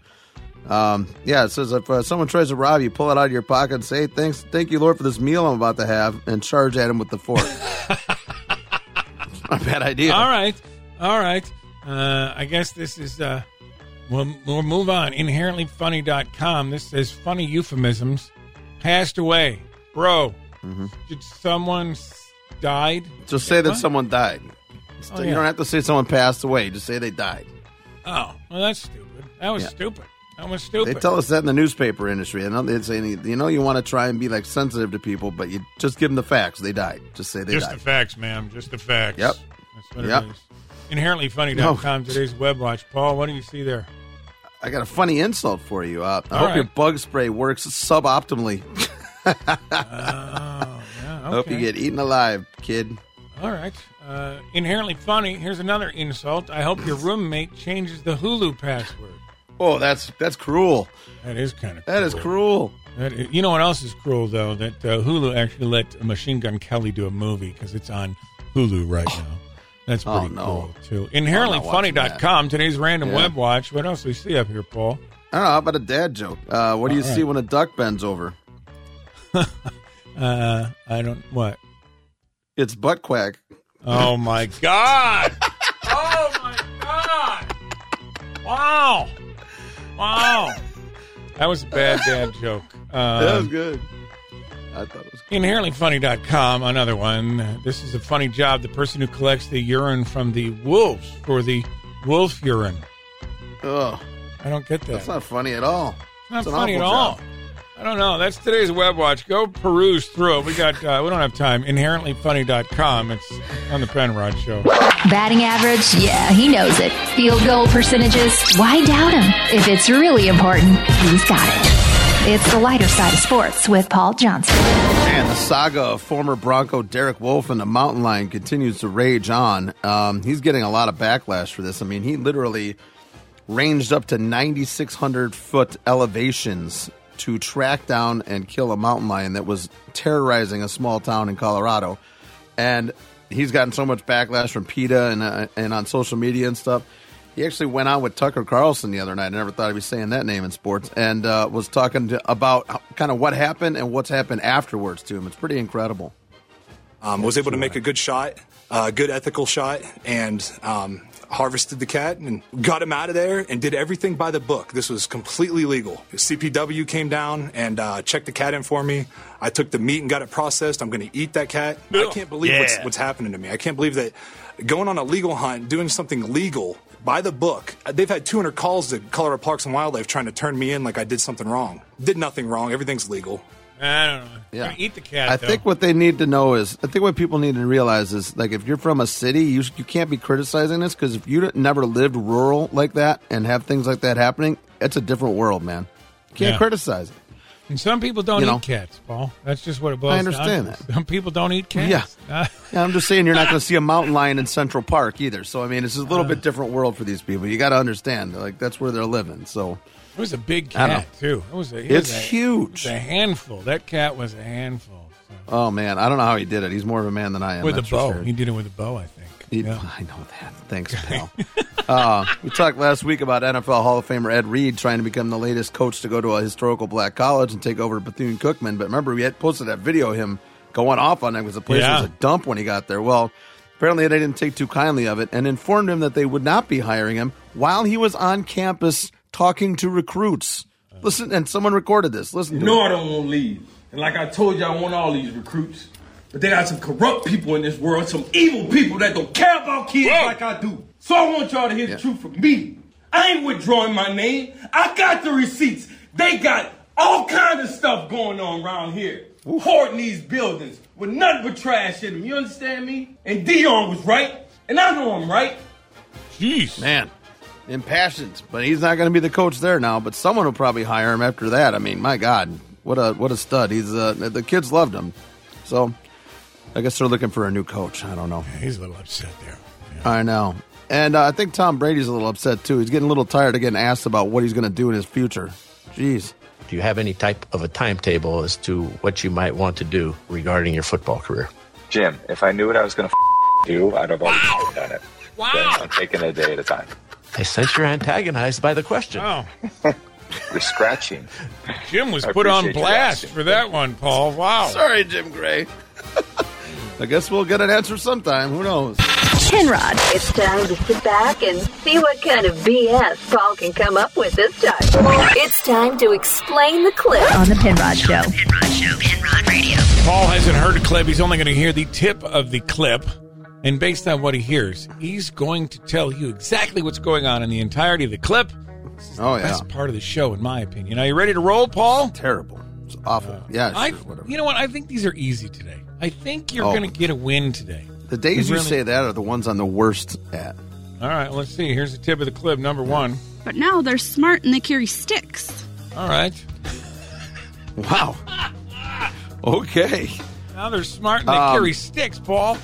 Speaker 3: Um, yeah, it says if uh, someone tries to rob you, pull it out of your pocket and say, "Thanks, thank you, Lord, for this meal I'm about to have," and charge at him with the fork. Not a bad idea.
Speaker 14: All right. All right. Uh, I guess this is, uh, we'll, we'll move on. Inherentlyfunny.com. This says funny euphemisms. Passed away. Bro.
Speaker 3: Mm-hmm.
Speaker 14: Did someone s- died?
Speaker 3: Just say that
Speaker 14: What?
Speaker 3: someone died. Just-
Speaker 14: Oh,
Speaker 3: you
Speaker 14: yeah.
Speaker 3: don't have to say someone passed away. Just say they died.
Speaker 14: Oh, well, that's stupid. That was
Speaker 3: Yeah.
Speaker 14: stupid. That was stupid.
Speaker 3: They tell us that in the newspaper industry. And they'd say, you know, you want to try and be like sensitive to people, but you just give them the facts. They died. Just say they
Speaker 14: Just
Speaker 3: died.
Speaker 14: the facts, ma'am. Just the facts.
Speaker 3: Yep.
Speaker 14: That's what
Speaker 3: Yep.
Speaker 14: it is. Inherentlyfunny.com, today's web watch. Paul, what do you see there?
Speaker 3: I got a funny insult for you. Uh, I
Speaker 14: All
Speaker 3: hope
Speaker 14: right.
Speaker 3: your bug spray works suboptimally.
Speaker 14: Yeah,
Speaker 3: I hope you
Speaker 14: Oh, okay.
Speaker 3: get eaten alive, kid.
Speaker 14: All right. Uh, inherently funny. Here's another insult. I hope your roommate changes the Hulu password.
Speaker 3: Oh, that's that's cruel.
Speaker 14: That is kind of
Speaker 3: That is cruel.
Speaker 14: That is, you know what else is cruel though? That uh, Hulu actually let Machine Gun Kelly do a movie because it's on Hulu right now. That's
Speaker 3: Oh,
Speaker 14: pretty
Speaker 3: no.
Speaker 14: cool too.
Speaker 3: watching
Speaker 14: Inherentlyfunny.com. Today's random
Speaker 3: Yeah.
Speaker 14: web watch. What else do we see up here, Paul?
Speaker 3: I don't know. How about a dad joke? Uh, what do you
Speaker 14: All
Speaker 3: see
Speaker 14: right.
Speaker 3: when a duck bends over?
Speaker 14: Uh, I don't. What?
Speaker 3: It's butt quack.
Speaker 14: Oh my god! oh my god! Wow! Wow! That was a bad dad joke. Um,
Speaker 3: that was good. I thought it was good.
Speaker 14: InherentlyFunny.com, another one. This is a funny job. The person who collects the urine from the wolves for the wolf urine.
Speaker 3: Ugh,
Speaker 14: I don't get that.
Speaker 3: that's oh, not funny at all.
Speaker 14: It's not
Speaker 3: It's an
Speaker 14: funny at
Speaker 3: awful
Speaker 14: all.
Speaker 3: job.
Speaker 14: I don't know. That's today's web watch. Go peruse through it. We got. Uh, we don't have time. InherentlyFunny.com. It's on the Penrod Show.
Speaker 15: Batting average? Yeah, he knows it. Field goal percentages? Why doubt him? If it's really important, he's got it. It's the lighter side of sports with Paul Johnson.
Speaker 3: And the saga of former Bronco Derek Wolf and the mountain lion continues to rage on. Um, he's getting a lot of backlash for this. I mean, he literally ranged up to 9,600 foot elevations to track down and kill a mountain lion that was terrorizing a small town in Colorado. And he's gotten so much backlash from PETA and, uh, and on social media and stuff. He actually went out with Tucker Carlson the other night. I never thought I'd be saying that name in sports, and uh, was talking to, about how- kind of what happened and what's happened afterwards to him. It's pretty incredible.
Speaker 18: um, was able to make a good shot, a good ethical shot, and um, harvested the cat and got him out of there and did everything by the book. This was completely legal. CPW came down and uh, checked the cat in for me. I took the meat and got it processed. I'm going to eat that cat. I can't believe what's,
Speaker 19: Yeah.
Speaker 18: what's happening to me. I can't believe that going on a legal hunt, doing something legal by the book. They've had 200 calls to Colorado Parks and Wildlife trying to turn me in like I did something wrong. Did nothing wrong. Everything's legal.
Speaker 14: I don't know.
Speaker 3: Yeah.
Speaker 14: Gonna eat the cat.
Speaker 3: I
Speaker 14: though.
Speaker 3: think what they need to know is, I think what people need to realize is, like, if you're from a city, you you can't be criticizing this because if you d- never lived rural like that and have things like that happening, it's a different world, man. You can't
Speaker 14: Yeah.
Speaker 3: criticize it.
Speaker 14: And some people don't
Speaker 3: You
Speaker 14: eat
Speaker 3: know.
Speaker 14: cats, Paul. That's just what it boils
Speaker 3: I understand
Speaker 14: down to.
Speaker 3: that.
Speaker 14: Some people don't eat cats.
Speaker 3: Yeah. Yeah, I'm just saying you're not going to see a mountain lion in Central Park either. So I mean, it's a little
Speaker 14: Uh.
Speaker 3: bit different world for these people. You got to understand, like that's where they're living. So
Speaker 14: It was a big
Speaker 3: I don't
Speaker 14: cat too. It was a, it
Speaker 3: It's
Speaker 14: was a-
Speaker 3: huge.
Speaker 14: It was a handful. That cat was a handful.
Speaker 3: Oh man, I don't know how he did it. He's more of a man than I am.
Speaker 14: with a
Speaker 3: that's for
Speaker 14: bow.
Speaker 3: sure.
Speaker 14: He did it with a bow, I think.
Speaker 3: He- I know that. Thanks, pal. uh, we talked last week about NFL Hall of Famer Ed Reed trying to become the latest coach to go to a historical black college and take over Bethune Cookman. But remember, we had posted that video of him going off on him because the place
Speaker 14: Yeah.
Speaker 3: was a dump when he got there. Well, Apparently, they didn't take too kindly of it and informed him that they would not be hiring him while he was on campus talking to recruits. Listen, and someone recorded this. Listen, to
Speaker 19: No,
Speaker 3: it.
Speaker 19: I don't want to leave. And like I told you, I want all these recruits. But they got some corrupt people in this world, some evil people that don't care about kids like I do. So I want y'all to hear the truth from me. I ain't withdrawing my name. I got the receipts. They got all kind of stuff going on around here. Hoarding these buildings with nothing but trash in them. You understand me? And Dion was right. And I know I'm right.
Speaker 14: Jeez,
Speaker 3: man, impassioned. But he's not going to be the coach there now. But someone will probably hire him after that. I mean, my God, what a what a stud. He's uh, the kids loved him. So I guess they're looking for a new coach. I don't know.
Speaker 20: He's a little upset there.
Speaker 3: I know. And uh, I think Tom Brady's a little upset too. He's getting a little tired of getting asked about what he's going to do in his future. Jeez.
Speaker 21: Do you have any type of a timetable as to what you might want to do regarding your football career?
Speaker 22: Jim, if I knew what I was going to f- do, I'd have already done it. Wow. I'm taking it a day at a time.
Speaker 21: I sense you're antagonized by the question.
Speaker 22: You're scratching.
Speaker 14: Jim was
Speaker 22: I
Speaker 14: put on
Speaker 22: appreciate you
Speaker 14: blast for that one, Paul. Wow.
Speaker 3: Sorry, Jim Gray. I guess we'll get an answer sometime. Who knows?
Speaker 23: Penrod, it's time to sit back and see what kind of BS Paul can come up with this time. It's time to explain the clip on the Penrod Show.
Speaker 14: Paul hasn't heard a clip. He's only going to hear the tip of the clip. And based on what he hears, he's going to tell you exactly what's going on in the entirety of the clip. This is
Speaker 3: Oh,
Speaker 14: the
Speaker 3: yeah.
Speaker 14: best part of the show, in my opinion. Are you ready to roll, Paul?
Speaker 3: terrible. It's awful. yeah.
Speaker 14: I,
Speaker 3: sure, whatever.
Speaker 14: you know what? I think these are easy today. I think you're
Speaker 3: Oh.
Speaker 14: going to get a win today.
Speaker 3: The days you
Speaker 14: Really-
Speaker 3: say that are the ones I'm the worst at.
Speaker 14: All right, let's see. Here's the tip of the clip, number one.
Speaker 24: But now they're smart and they carry sticks.
Speaker 14: All right.
Speaker 3: Wow. Okay.
Speaker 14: Now they're smart and they
Speaker 3: Um,
Speaker 14: carry sticks, Paul.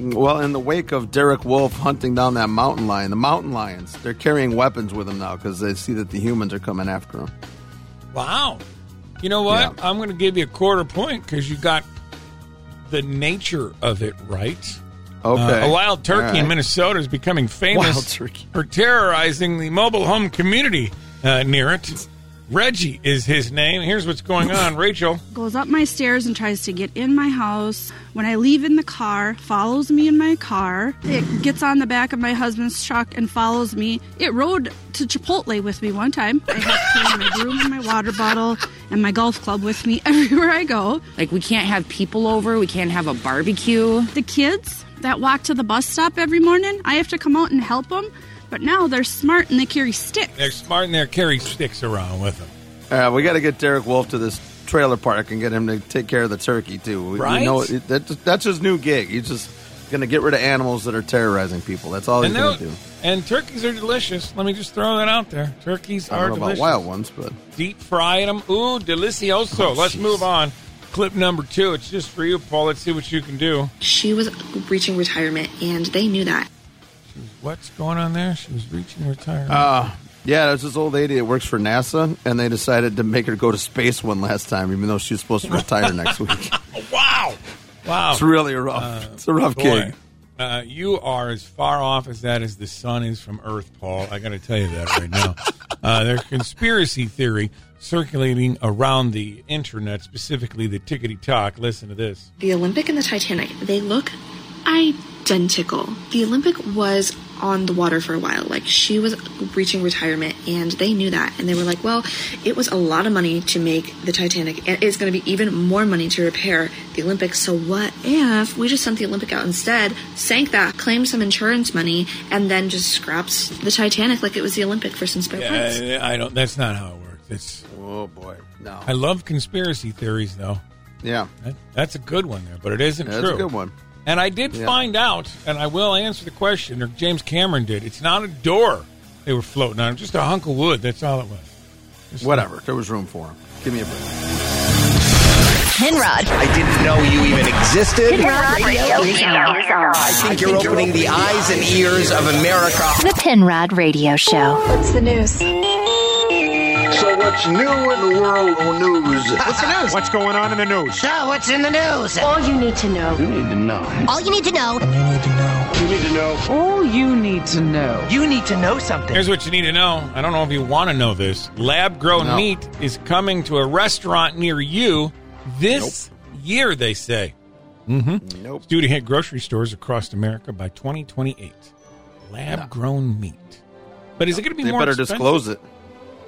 Speaker 3: Well, in the wake of Derek Wolf hunting down that mountain lion, the mountain lions, they're carrying weapons with them now because they see that the humans are coming after them.
Speaker 14: Wow. You know what? I'm going to give you a quarter point because you got the nature of it right.
Speaker 3: Okay.
Speaker 14: Uh, a wild turkey
Speaker 3: All right.
Speaker 14: in Minnesota is becoming famous
Speaker 3: Wild turkey.
Speaker 14: for terrorizing the mobile home community uh, near it. Reggie is his name. Here's what's going on, Rachel.
Speaker 24: Goes up my stairs and tries to get in my house. When I leave in the car, follows me in my car. It gets on the back of my husband's truck and follows me. It rode to Chipotle with me one time. I had to carry my broom and my water bottle and my golf club with me everywhere I go.
Speaker 25: Like, we can't have people over, we can't have a barbecue.
Speaker 24: The kids that walk to the bus stop every morning, I have to come out and help them. But now they're smart and they carry sticks.
Speaker 14: They're smart and they're carrying sticks around with them.
Speaker 3: All right, Uh, we got to get Derek Wolf to this trailer park and get him to take care of the turkey too. We- we
Speaker 14: Right?
Speaker 3: know it- that, that's his new gig. He's just going to get rid of animals that are terrorizing people. That's all he's
Speaker 14: And,
Speaker 3: going
Speaker 14: they'll-
Speaker 3: to do.
Speaker 14: and turkeys are delicious. Let me just throw that out there. Turkeys
Speaker 3: I
Speaker 14: are
Speaker 3: don't know about
Speaker 14: delicious.
Speaker 3: wild ones, but
Speaker 14: deep frying them. Ooh, delicioso. Let's move on. Clip number two. It's just for you, Paul. Let's see what you can do.
Speaker 26: She was reaching retirement, and they knew that.
Speaker 14: What's going on there? She was reaching retirement.
Speaker 3: uh, yeah, there's this old lady that works for NASA, and they decided to make her go to space one last time, even though she's supposed to retire next week.
Speaker 14: wow. Wow.
Speaker 3: It's really rough. It's a rough gig.
Speaker 14: Uh, you are as far off as that as the sun is from Earth, Paul. I got to tell you that right now. Uh, there's conspiracy theory circulating around the internet, specifically the tickety talk. Listen to this.
Speaker 26: The Olympic and the Titanic, they look identical. The Olympic was on the water for a while. Like, she was reaching retirement, and they knew that. And they were like, well, it was a lot of money to make the Titanic, and it's going to be even more money to repair the Olympic. So, what if we just sent the Olympic out instead, sank that, claimed some insurance money, and then just scraps the Titanic like it was the Olympic for some spare parts?
Speaker 14: Yeah, I don't. That's not how it works. It's.
Speaker 3: Oh boy, no.
Speaker 14: I love conspiracy theories, though.
Speaker 3: Yeah,
Speaker 14: That, that's a good one there, but it isn't
Speaker 3: Yeah, that's
Speaker 14: true.
Speaker 3: a good one.
Speaker 14: And I did
Speaker 3: Yeah.
Speaker 14: find out, and I will answer the question, or James Cameron did. It's not a door they were floating on, just a hunk of wood. That's all it was. Just-
Speaker 3: Whatever. There was room for him. Give me a break.
Speaker 6: Penrod. I didn't know you even existed.
Speaker 15: Penrod Radio is on.
Speaker 6: I think you're opening the eyes and ears of America.
Speaker 15: The Penrod Radio Show.
Speaker 7: What's the news?
Speaker 27: So what's new in the world of news? What's the news? What's going on in the news?
Speaker 28: So, what's in the news?
Speaker 27: All you need to know. You need to know.
Speaker 28: All you need to know.
Speaker 27: You need to know.
Speaker 28: All you need to know. You need to know something.
Speaker 14: Here's what you need to know. I don't know if you want to know this. Lab grown
Speaker 28: No.
Speaker 14: meat is coming to a restaurant near you this year, they say. Mm-hmm.
Speaker 3: Nope.
Speaker 14: It's due to hit grocery stores across America by 2028. Lab grown meat. But is it going to be
Speaker 3: They
Speaker 14: more
Speaker 3: better
Speaker 14: expensive?
Speaker 3: disclose it.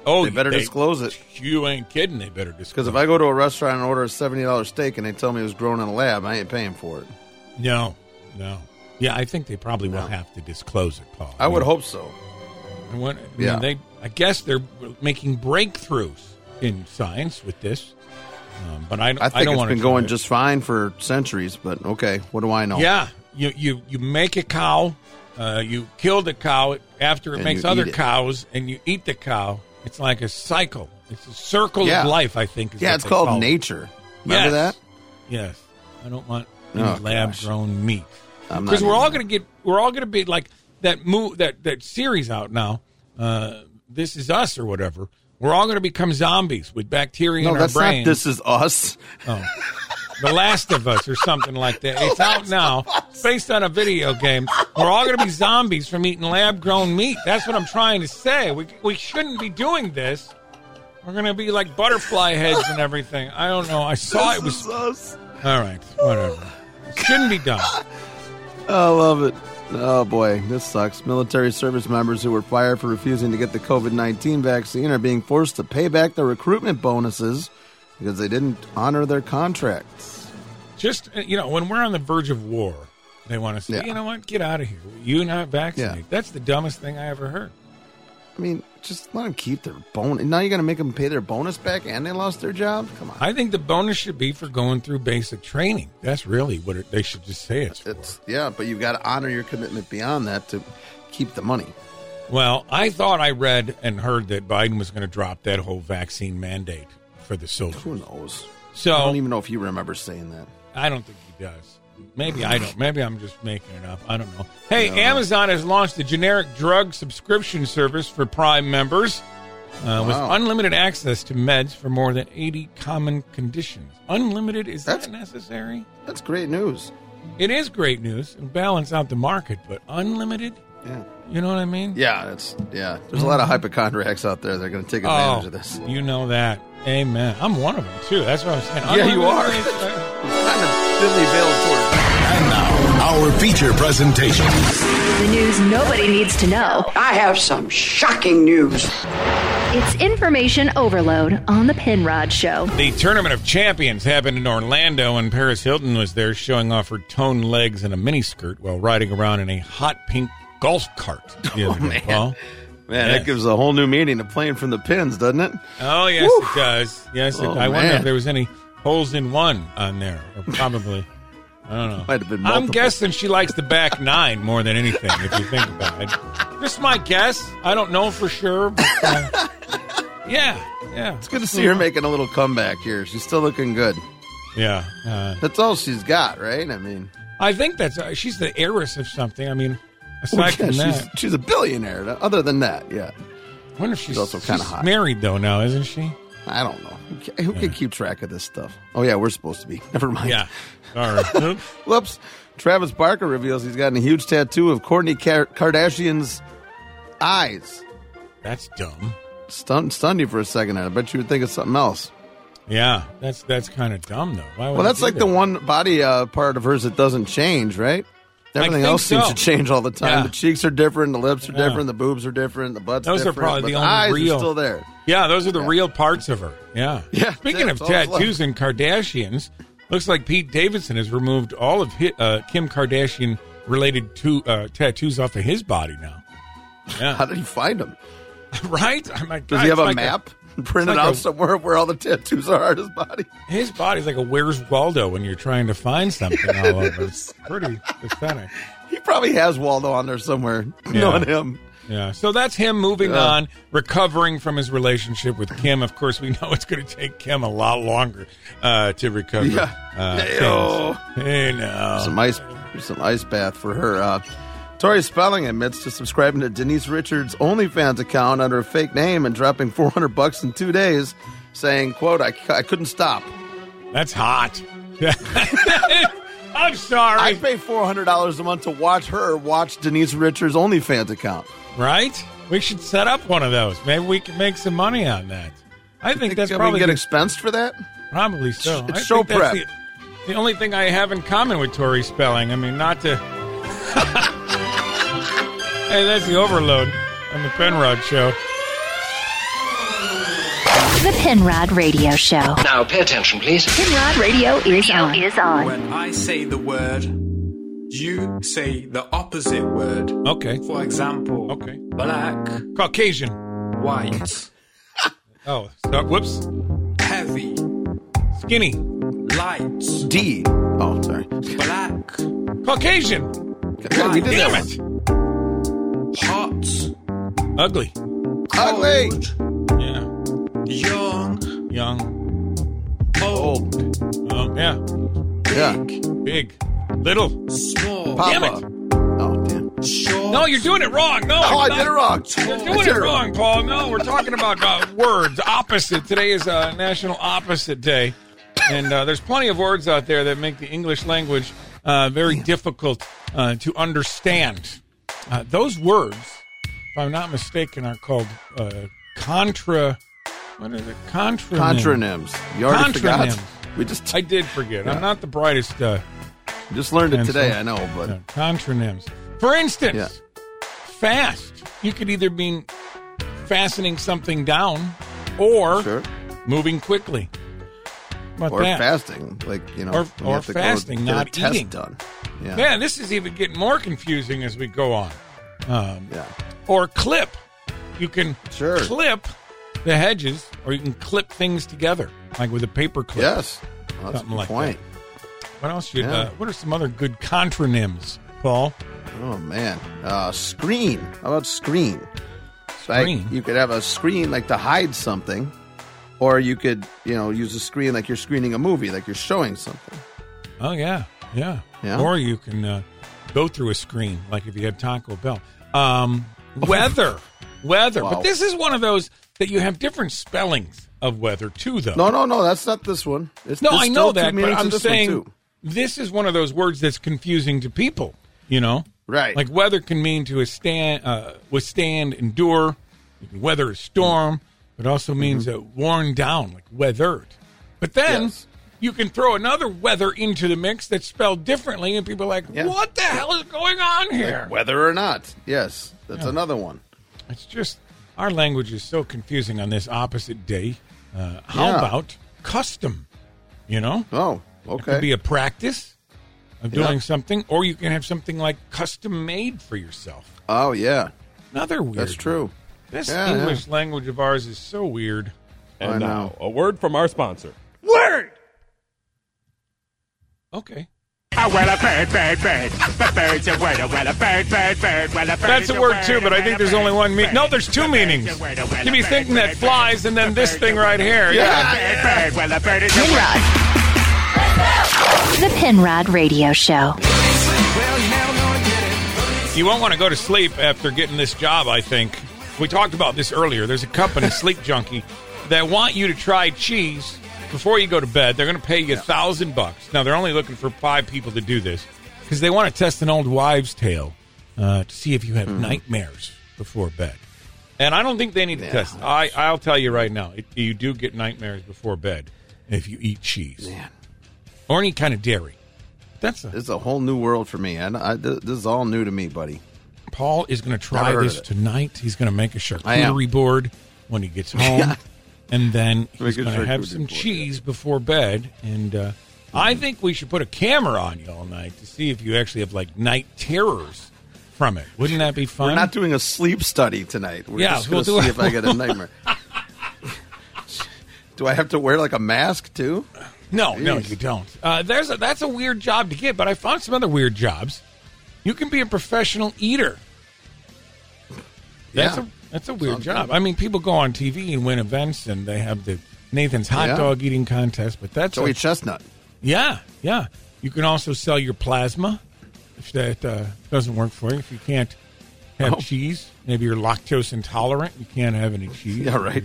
Speaker 14: Oh,
Speaker 3: They better disclose it.
Speaker 14: You ain't kidding. They better disclose
Speaker 3: Because if I go to a restaurant and order a seventy dollars steak and they tell me it was grown in a lab, I ain't paying for it.
Speaker 14: No, no. Yeah, I think they probably will have to disclose it, Paul.
Speaker 3: I would hope so.
Speaker 14: I want- I mean,
Speaker 3: Yeah.
Speaker 14: they. I guess they're making breakthroughs in science with this, um, but I,
Speaker 3: I think
Speaker 14: don't
Speaker 3: it's
Speaker 14: want
Speaker 3: been going just fine for centuries, but okay, what do I know?
Speaker 14: Yeah, you you you make a cow, uh, you kill the cow after it
Speaker 3: And
Speaker 14: makes
Speaker 3: you
Speaker 14: other
Speaker 3: eat it.
Speaker 14: cows, and you eat the cow. It's like a cycle. It's a circle
Speaker 3: Yeah.
Speaker 14: of life. I think. Is
Speaker 3: Yeah,
Speaker 14: what
Speaker 3: it's
Speaker 14: they
Speaker 3: called
Speaker 14: call it.
Speaker 3: nature. Remember
Speaker 14: Yes.
Speaker 3: that?
Speaker 14: Yes. I don't want any
Speaker 3: Oh,
Speaker 14: lab grown meat.
Speaker 3: I'm
Speaker 14: Because
Speaker 3: not
Speaker 14: we're all
Speaker 3: eating
Speaker 14: gonna get we're all gonna be like that move that that series out now, uh, This Is Us or whatever. We're all gonna become zombies with bacteria
Speaker 3: No,
Speaker 14: in
Speaker 3: that's
Speaker 14: our brains.
Speaker 3: not. This is us.
Speaker 14: Oh. The Last of Us or something like that. It's out now. It's based on a video game. We're all going to be zombies from eating lab grown meat. That's what I'm trying to say. We, we shouldn't be doing this. We're going to be like butterfly heads and everything. I don't know. I saw it was. All right. Whatever. Shouldn't be done.
Speaker 3: I love it. Oh boy, this sucks. Military service members who were fired for refusing to get the COVID 19 vaccine are being forced to pay back their recruitment bonuses because they didn't honor their contracts.
Speaker 14: Just, uh, you know, when we're on the verge of war, they want to say,
Speaker 3: Yeah.
Speaker 14: you know what? Get out of here. You not vaccinate.
Speaker 3: Yeah.
Speaker 14: That's the dumbest thing I ever heard.
Speaker 3: I mean, just let them keep their bonus. Now you're going to make them pay their bonus back and they lost their job? Come on.
Speaker 14: I think the bonus should be for going through basic training. That's really what it, they should just say it's, for.
Speaker 3: Yeah, but you've got to honor your commitment beyond that to keep the money.
Speaker 14: Well, I thought I read and heard that Biden was going to drop that whole vaccine mandate for the soldiers.
Speaker 3: Who knows?
Speaker 14: So-
Speaker 3: I don't even know if you remember saying that.
Speaker 14: I don't think he does. Maybe I don't. Maybe I'm just making it up. I don't know. Hey,
Speaker 3: No.
Speaker 14: Amazon has launched a generic drug subscription service for Prime members uh, with
Speaker 3: Wow.
Speaker 14: unlimited access to meds for more than 80 common conditions. Unlimited is that necessary?
Speaker 3: That's great news.
Speaker 14: It is great news and balance out the market, but unlimited?
Speaker 3: Yeah.
Speaker 14: You know what I mean?
Speaker 3: Yeah, that's yeah. There's a lot of hypochondriacs out there that are going to take
Speaker 14: Oh.
Speaker 3: advantage of this.
Speaker 14: You know that. Amen. I'm one of them, too. That's what I'm saying.
Speaker 3: Yeah, you are.
Speaker 14: Unlimited-
Speaker 6: And now, our feature presentation.
Speaker 15: The news nobody needs to know.
Speaker 16: I have some shocking news.
Speaker 15: It's information overload on the Penrod Show.
Speaker 14: The Tournament of Champions happened in Orlando, and Paris Hilton was there showing off her toned legs in a miniskirt while riding around in a hot pink golf cart. The other day, Paul.
Speaker 3: Man,
Speaker 14: Yeah.
Speaker 3: that gives a whole new meaning to playing from the pins, doesn't it?
Speaker 14: Oh, yes, it does. Yes, it,
Speaker 3: Oh,
Speaker 14: I wonder if
Speaker 3: man.
Speaker 14: there was any holes in one on there. Or probably. I don't know.
Speaker 3: Might have been
Speaker 14: I'm
Speaker 3: multiple.
Speaker 14: guessing she likes the back nine more than anything, if you think about it. Just my guess. I don't know for sure. But, uh, yeah, yeah.
Speaker 3: It's good to see her making a little comeback here. She's still looking good.
Speaker 14: Yeah. Uh,
Speaker 3: That's all she's got, right? I mean,
Speaker 14: I think that's uh, she's the heiress of something. I mean, aside
Speaker 3: well, yeah,
Speaker 14: from
Speaker 3: she's,
Speaker 14: that,
Speaker 3: she's a billionaire. Other than that, yeah,
Speaker 14: I wonder if she's,
Speaker 3: she's also kinda
Speaker 14: she's
Speaker 3: hot.
Speaker 14: Married though now, isn't she?
Speaker 3: I don't know. Who ca- Who can keep track of this stuff? Oh yeah, we're supposed to be. Never mind.
Speaker 14: Yeah. All right.
Speaker 3: Whoops. Travis Barker reveals he's gotten a huge tattoo of Kourtney Kar- Kardashian's eyes.
Speaker 14: that's dumb.
Speaker 3: Stunned, stunned you for a second. and I bet you would think of something else.
Speaker 14: Yeah, that's that's kind of dumb though. Why would
Speaker 3: Well,
Speaker 14: I
Speaker 3: that's
Speaker 14: do
Speaker 3: like
Speaker 14: that?
Speaker 3: the one body uh, part of hers that doesn't change, right? Everything
Speaker 14: think
Speaker 3: else seems
Speaker 14: so.
Speaker 3: to change all the time.
Speaker 14: Yeah.
Speaker 3: The cheeks are different, the lips are
Speaker 14: Yeah.
Speaker 3: different, the boobs are different, the butt's
Speaker 14: Those are
Speaker 3: different.
Speaker 14: probably
Speaker 3: but
Speaker 14: the
Speaker 3: the
Speaker 14: only
Speaker 3: eyes
Speaker 14: real
Speaker 3: are still there.
Speaker 14: Yeah, those are the
Speaker 3: Yeah.
Speaker 14: real parts of her. Yeah.
Speaker 3: Yeah,
Speaker 14: Speaking
Speaker 3: yeah, it's
Speaker 14: of
Speaker 3: all it's
Speaker 14: tattoos and Kardashians, looks like Pete Davidson has removed all of his, uh, Kim Kardashian related to uh, tattoos off of his body now. Yeah.
Speaker 3: How did he find them?
Speaker 14: right? I'm like,
Speaker 3: Does
Speaker 14: God,
Speaker 3: he have
Speaker 14: it's
Speaker 3: a
Speaker 14: like
Speaker 3: map printed
Speaker 14: it's like
Speaker 3: out
Speaker 14: a-
Speaker 3: somewhere of where all the tattoos are on his body?
Speaker 14: His body's like a Where's Waldo when you're trying to find something all over. It's pretty pathetic.
Speaker 3: He probably has Waldo on there somewhere.
Speaker 14: Yeah.
Speaker 3: Knowing him,
Speaker 14: Yeah. So that's him moving
Speaker 3: Yeah.
Speaker 14: on, recovering from his relationship with Kim. Of course, we know it's going to take Kim a lot longer uh, to recover.
Speaker 3: Yeah.
Speaker 14: Uh,
Speaker 3: Hey-o.
Speaker 14: things. Hey, no.
Speaker 3: some ice, some ice bath for her. Uh, Tori Spelling admits to subscribing to Denise Richards' OnlyFans account under a fake name and dropping 400 bucks in two days, saying, "quote I, I couldn't stop."
Speaker 14: That's hot. I'm sorry.
Speaker 3: I pay four hundred dollars a month to watch her watch Denise Richards' OnlyFans account.
Speaker 14: right? We should set up one of those. Maybe we can make some money on that. I think, that's
Speaker 3: Can
Speaker 14: probably
Speaker 3: we get
Speaker 14: the-
Speaker 3: expensed for that?
Speaker 14: probably so.
Speaker 3: It's
Speaker 14: I
Speaker 3: show
Speaker 14: think that's
Speaker 3: prep.
Speaker 14: the- The only thing I have in common with Tori Spelling, I mean, not to. hey, that's the overload on the Penrod Show.
Speaker 15: The Penrod Radio Show.
Speaker 6: Now pay attention, please.
Speaker 15: Penrod Radio is on. Is on.
Speaker 1: When I say the word, you say the opposite word.
Speaker 14: Okay.
Speaker 1: For example,
Speaker 14: okay.
Speaker 1: black,
Speaker 14: Caucasian,
Speaker 1: white,
Speaker 14: Oh, stop. Whoops.
Speaker 1: heavy,
Speaker 14: Skinny.
Speaker 1: light,
Speaker 3: D. Oh, sorry.
Speaker 1: black,
Speaker 14: Caucasian.
Speaker 3: Yeah, we did
Speaker 14: Damn
Speaker 3: that
Speaker 14: it.
Speaker 1: hot,
Speaker 14: Ugly.
Speaker 3: Ugly.
Speaker 14: Yeah.
Speaker 1: young,
Speaker 14: Young.
Speaker 1: old,
Speaker 14: Um, yeah.
Speaker 3: Yeah.
Speaker 14: Big. Little.
Speaker 1: small,
Speaker 14: Damn it.
Speaker 3: Papa. Oh, damn.
Speaker 1: short,
Speaker 14: No, you're doing it wrong. No,
Speaker 3: Oh, I
Speaker 14: it's
Speaker 3: did it
Speaker 14: not-
Speaker 3: wrong.
Speaker 14: You're
Speaker 3: I
Speaker 14: doing
Speaker 3: did
Speaker 14: it
Speaker 3: it
Speaker 14: wrong, Paul. No, we're talking about uh, words. Opposite. Today is uh, National Opposite Day, and uh, there's plenty of words out there that make the English language uh, very difficult uh, to understand. Uh, those words, if I'm not mistaken, are called uh, contra. What is it? Contra.
Speaker 3: Contronyms. You already
Speaker 14: Contronyms.
Speaker 3: forgot. We just
Speaker 14: I did forget.
Speaker 3: Yeah.
Speaker 14: I'm not the brightest. Uh,
Speaker 3: just learned it
Speaker 14: And
Speaker 3: today.
Speaker 14: so-
Speaker 3: I know, but
Speaker 14: yeah, contronyms. For instance, fast. You could either mean fastening something down or
Speaker 3: sure.
Speaker 14: moving quickly. How About
Speaker 3: Or
Speaker 14: that?
Speaker 3: fasting, like you know,
Speaker 14: Or-
Speaker 3: when you
Speaker 14: or
Speaker 3: have to go
Speaker 14: fasting,
Speaker 3: get a
Speaker 14: not
Speaker 3: test
Speaker 14: eating.
Speaker 3: done. Yeah.
Speaker 14: Man, this is even getting more confusing as we go on. Um,
Speaker 3: Yeah.
Speaker 14: Or clip. You can
Speaker 3: Sure.
Speaker 14: clip the hedges or you can clip things together, like with a paper clip.
Speaker 3: Yes. Well, that's a
Speaker 14: Something
Speaker 3: good
Speaker 14: like
Speaker 3: point.
Speaker 14: What else? Should,
Speaker 3: Yeah.
Speaker 14: uh, what are some other good contronyms, Paul?
Speaker 3: Oh man, uh, screen. How about screen? Like,
Speaker 14: Screen.
Speaker 3: you could have a screen like to hide something, or you could you know use a screen like you're screening a movie, like you're showing something.
Speaker 14: Oh yeah, yeah.
Speaker 3: Yeah.
Speaker 14: Or you can uh, go through a screen, like if you had Taco Bell. Um, weather, weather.
Speaker 3: Wow.
Speaker 14: But this is one of those that you have different spellings of weather too, though.
Speaker 3: No, no, no. That's not this one. It's,
Speaker 14: No,
Speaker 3: there's
Speaker 14: I
Speaker 3: still
Speaker 14: know
Speaker 3: two
Speaker 14: that, but
Speaker 3: meanings to
Speaker 14: I'm
Speaker 3: this one,
Speaker 14: saying
Speaker 3: too.
Speaker 14: this is one of those words that's confusing to people. You know,
Speaker 3: Right.
Speaker 14: Like weather can mean to withstand, uh, withstand, endure. You can weather a storm. It also means uh, worn down, like weathered. But then
Speaker 3: Mm-hmm. Yes.
Speaker 14: you can throw another weather into the mix that's spelled differently, and people are like,
Speaker 3: Yeah.
Speaker 14: "What the hell is going on here?"
Speaker 3: whether or not. Yes, that's another one.
Speaker 14: It's just our language is so confusing on this opposite day. Uh, how
Speaker 3: Yeah.
Speaker 14: about custom? You know,
Speaker 3: Oh,
Speaker 14: It could
Speaker 3: okay.
Speaker 14: be a practice of
Speaker 3: Yeah.
Speaker 14: doing something, or you can have something like custom made for yourself.
Speaker 3: oh yeah,
Speaker 14: Another weird.
Speaker 3: that's true.
Speaker 14: This
Speaker 3: Yeah, yeah.
Speaker 14: English uh, language of ours is so weird.
Speaker 3: I
Speaker 2: And
Speaker 3: know.
Speaker 2: now, a word from our sponsor.
Speaker 14: Word. Okay.
Speaker 9: Oh, well, a bird, bird, bird. The bird's a word, oh, well, a bird, bird, bird. Well, a bird
Speaker 14: That's
Speaker 9: is
Speaker 14: a word too, but I
Speaker 9: well,
Speaker 14: think
Speaker 9: a
Speaker 14: there's
Speaker 9: bird,
Speaker 14: only one meaning.
Speaker 9: bird.
Speaker 14: No, there's two meanings.
Speaker 9: a word, a well,
Speaker 14: You'd be
Speaker 9: a bird,
Speaker 14: thinking that
Speaker 9: bird,
Speaker 14: flies and then this thing right here.
Speaker 3: Yeah.
Speaker 9: Bird, bird, well, a bird is a word.
Speaker 15: Penrod. The Penrod Radio Show.
Speaker 14: You won't want to go to sleep after getting this job, I think. We talked about this earlier. There's a company, Sleep Junkie, that want you to try cheese before you go to bed. They're going to pay you a thousand bucks. Now, they're only looking for five people to do this because they want to test an old wives' tale uh, to see if you have nightmares before bed. And I don't think they need to test it. I, I'll tell you right now, it, you do get nightmares before bed if you eat cheese or any kind of dairy. That's a,
Speaker 3: It's a whole new world for me, and I, th- this is all new to me, buddy.
Speaker 14: Paul is going to try
Speaker 3: Never heard
Speaker 14: this
Speaker 3: of it.
Speaker 14: tonight. He's going to make a
Speaker 3: I am.
Speaker 14: charcuterie board when he gets home, and then
Speaker 3: Make
Speaker 14: he's
Speaker 3: a
Speaker 14: going to have
Speaker 3: charcuterie
Speaker 14: some
Speaker 3: board, yeah.
Speaker 14: cheese before bed. And uh, I think we should put a camera on you all night to see if you actually have like night terrors from it. Wouldn't that be fun?
Speaker 3: We're not doing a sleep study tonight. We're
Speaker 14: Yeah,
Speaker 3: just
Speaker 14: we'll
Speaker 3: going to
Speaker 14: do
Speaker 3: see
Speaker 14: it.
Speaker 3: if I get a nightmare. do I have to wear like a mask too?
Speaker 14: no, no,
Speaker 3: Jeez.
Speaker 14: you don't. Uh, there's a, that's a weird job to get, but I found some other weird jobs. You can be a professional eater. That's
Speaker 3: Yeah.
Speaker 14: a that's a weird
Speaker 3: Sounds
Speaker 14: job.
Speaker 3: good.
Speaker 14: I mean, people go on TV and win events, and they have the Nathan's hot
Speaker 3: Yeah.
Speaker 14: dog eating contest, but that's
Speaker 3: Joey
Speaker 14: a,
Speaker 3: Chestnut.
Speaker 14: Yeah, yeah. You can also sell your plasma if that uh, doesn't work for you. If you can't have
Speaker 3: Oh.
Speaker 14: cheese, maybe you're lactose intolerant. You can't have any cheese.
Speaker 3: Yeah, right.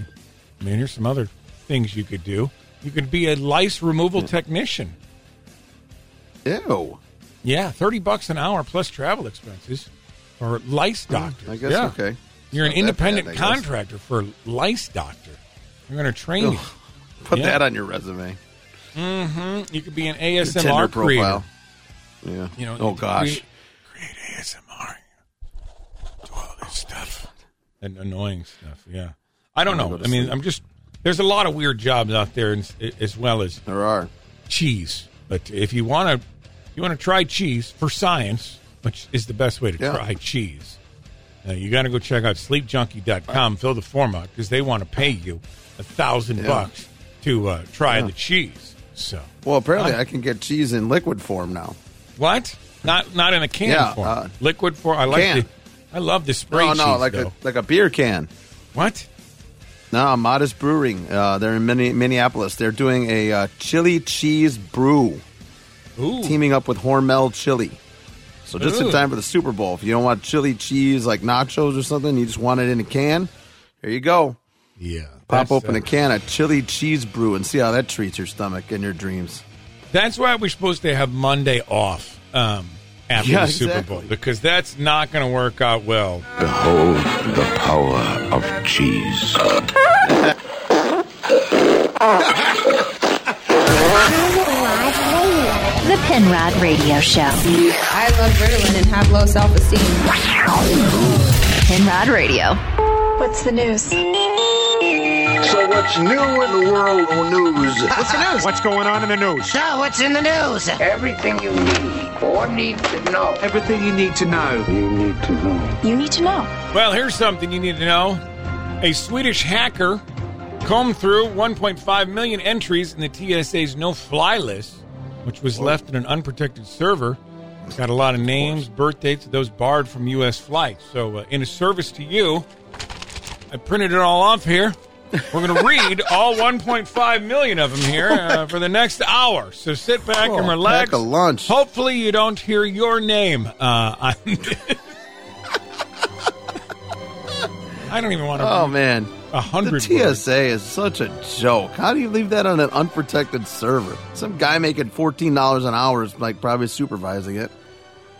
Speaker 14: I mean, here's some other things you could do. You could be a lice removal
Speaker 3: Hmm.
Speaker 14: technician.
Speaker 3: Ew.
Speaker 14: Yeah, thirty bucks an hour plus travel expenses, or lice doctor.
Speaker 3: Hmm, I guess
Speaker 14: yeah.
Speaker 3: okay.
Speaker 14: You're an
Speaker 3: Not that bad,
Speaker 14: independent
Speaker 3: I guess.
Speaker 14: contractor for lice doctor. You're going to train
Speaker 3: Ew.
Speaker 14: you.
Speaker 3: Put
Speaker 14: Yeah.
Speaker 3: that on your resume.
Speaker 14: Mm-hmm. You could be an
Speaker 3: Your Tinder
Speaker 14: ASMR creator.
Speaker 3: Yeah.
Speaker 14: You know.
Speaker 3: oh
Speaker 14: you
Speaker 3: gosh.
Speaker 14: Create, create ASMR. Do all this stuff. And annoying stuff. Yeah. I don't
Speaker 3: I'm gonna
Speaker 14: know.
Speaker 3: go
Speaker 14: I
Speaker 3: to
Speaker 14: mean,
Speaker 3: sleep.
Speaker 14: I'm just. There's a lot of weird jobs out there, as, as well as
Speaker 3: there are
Speaker 14: cheese. But if you want to, you want to try cheese for science, which is the best way to
Speaker 3: Yeah.
Speaker 14: try cheese. Uh, you got to go check out sleepjunkie.com. Fill the form out because they want to pay you a thousand
Speaker 3: Yeah.
Speaker 14: bucks to uh, try
Speaker 3: Yeah.
Speaker 14: the cheese. So
Speaker 3: Well, apparently
Speaker 14: Huh?
Speaker 3: I can get cheese in liquid form now.
Speaker 14: what? Not not in a can
Speaker 3: Yeah,
Speaker 14: form,
Speaker 3: uh,
Speaker 14: liquid form. I like
Speaker 3: can.
Speaker 14: the, I love the spray
Speaker 3: no,
Speaker 14: cheese.
Speaker 3: no, like
Speaker 14: though.
Speaker 3: a like a beer can.
Speaker 14: What?
Speaker 3: No, Modest Brewing. Uh, they're in Minne- Minneapolis. They're doing a uh, chili cheese brew,
Speaker 14: Ooh.
Speaker 3: teaming up with Hormel Chili. So just
Speaker 14: Ooh.
Speaker 3: in time for the Super Bowl. If you don't want chili cheese like nachos or something, you just want it in a can. There you go.
Speaker 14: Yeah.
Speaker 3: Pop
Speaker 14: That's,
Speaker 3: open
Speaker 14: uh,
Speaker 3: a can of chili cheese brew and see how that treats your stomach and your dreams.
Speaker 14: That's why we're supposed to have Monday off um, after
Speaker 3: Yeah,
Speaker 14: the Super
Speaker 3: exactly.
Speaker 14: Bowl because that's not going to work out well.
Speaker 2: Behold the power of cheese.
Speaker 15: The Penrod Radio Show.
Speaker 4: I love Ritalin and have low self esteem.
Speaker 15: Penrod Radio.
Speaker 4: What's the news?
Speaker 27: So what's new in the world of news? What's the news? What's going on in the news?
Speaker 28: So, what's in the news?
Speaker 16: Everything you need or need to know.
Speaker 28: Everything you need to know. You need to know.
Speaker 4: You need to know.
Speaker 14: Well, here's something you need to know. A Swedish hacker combed through 1.5 million entries in the TSA's no fly list, which was left in an unprotected server. It's got a lot of names, birth dates of those barred from U.S. flights. So, uh, in a service to you, I printed it all off here. We're going to read all 1.5 million of them here uh, for the next hour. So sit back
Speaker 3: Oh,
Speaker 14: and relax.
Speaker 3: pack a lunch.
Speaker 14: Hopefully, you don't hear your name. Uh, on- I don't even want to.
Speaker 3: Oh man,
Speaker 14: a hundred.
Speaker 3: The TSA is such a joke. How do you leave that on an unprotected server? Some guy making fourteen dollars an hour is like probably supervising it.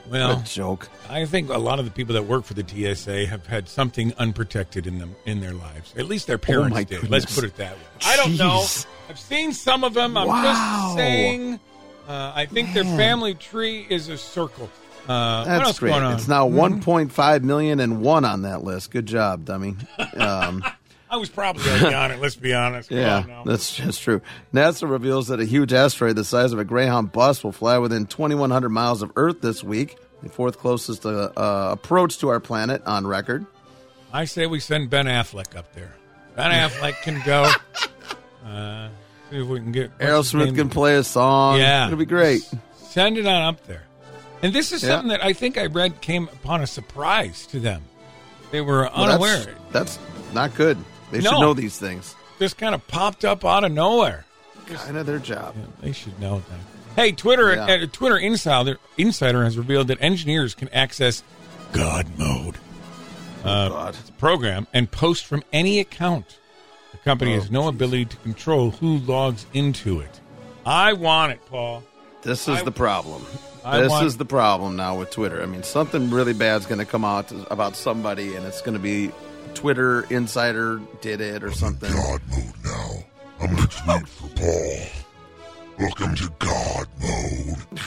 Speaker 14: Well,
Speaker 3: What a joke.
Speaker 14: I think a lot of the people that work for the TSA have had something unprotected in them in their lives. At least their parents
Speaker 3: Oh my
Speaker 14: did. Let's
Speaker 3: goodness.
Speaker 14: put it that way. I don't know.
Speaker 3: Jeez.
Speaker 14: I've seen some of them. I'm
Speaker 3: Wow.
Speaker 14: just saying. Uh, I think their
Speaker 3: Man.
Speaker 14: family tree is a circle. Uh, what else
Speaker 3: That's great.
Speaker 14: going on?
Speaker 3: It's now
Speaker 14: Mhm.
Speaker 3: one point five million and one on that list. Good job, dummy. Um,
Speaker 14: I was probably already on it. Let's be honest. Come on
Speaker 3: yeah,
Speaker 14: now.
Speaker 3: that's just true. NASA reveals that a huge asteroid the size of a Greyhound bus will fly within twenty one hundred miles of Earth this week, the fourth closest uh, uh, approach to our planet on record.
Speaker 14: I say we send Ben Affleck up there. Ben Affleck can go. Uh, see if we can get what's his
Speaker 3: Aerosmith
Speaker 14: name?
Speaker 3: can play a song.
Speaker 14: Yeah.
Speaker 3: it'll be great.
Speaker 14: Send it on up there. And this is
Speaker 3: Yeah.
Speaker 14: something that I think I read came upon a surprise to them. They were
Speaker 3: Well,
Speaker 14: unaware.
Speaker 3: That's, that's not good. They
Speaker 14: No.
Speaker 3: should know these things.
Speaker 14: Just kind of popped up out of nowhere.
Speaker 3: Kind of their job.
Speaker 14: They should know that. Hey, Twitter
Speaker 3: Yeah.
Speaker 14: uh, Twitter Insider Insider has revealed that engineers can access God mode.
Speaker 3: Oh,
Speaker 14: Uh, it's a program and post from any account. The company
Speaker 3: Oh,
Speaker 14: has no ability to control who logs into it. I want it, Paul.
Speaker 3: This is
Speaker 14: I-
Speaker 3: the problem.
Speaker 14: I
Speaker 3: this
Speaker 14: want-
Speaker 3: is the problem now with Twitter. I mean, something really bad's going to come out about somebody, and it's going to be Twitter insider did it or something.
Speaker 5: God mode now. I'm gonna tweet for Paul. Welcome to God mode.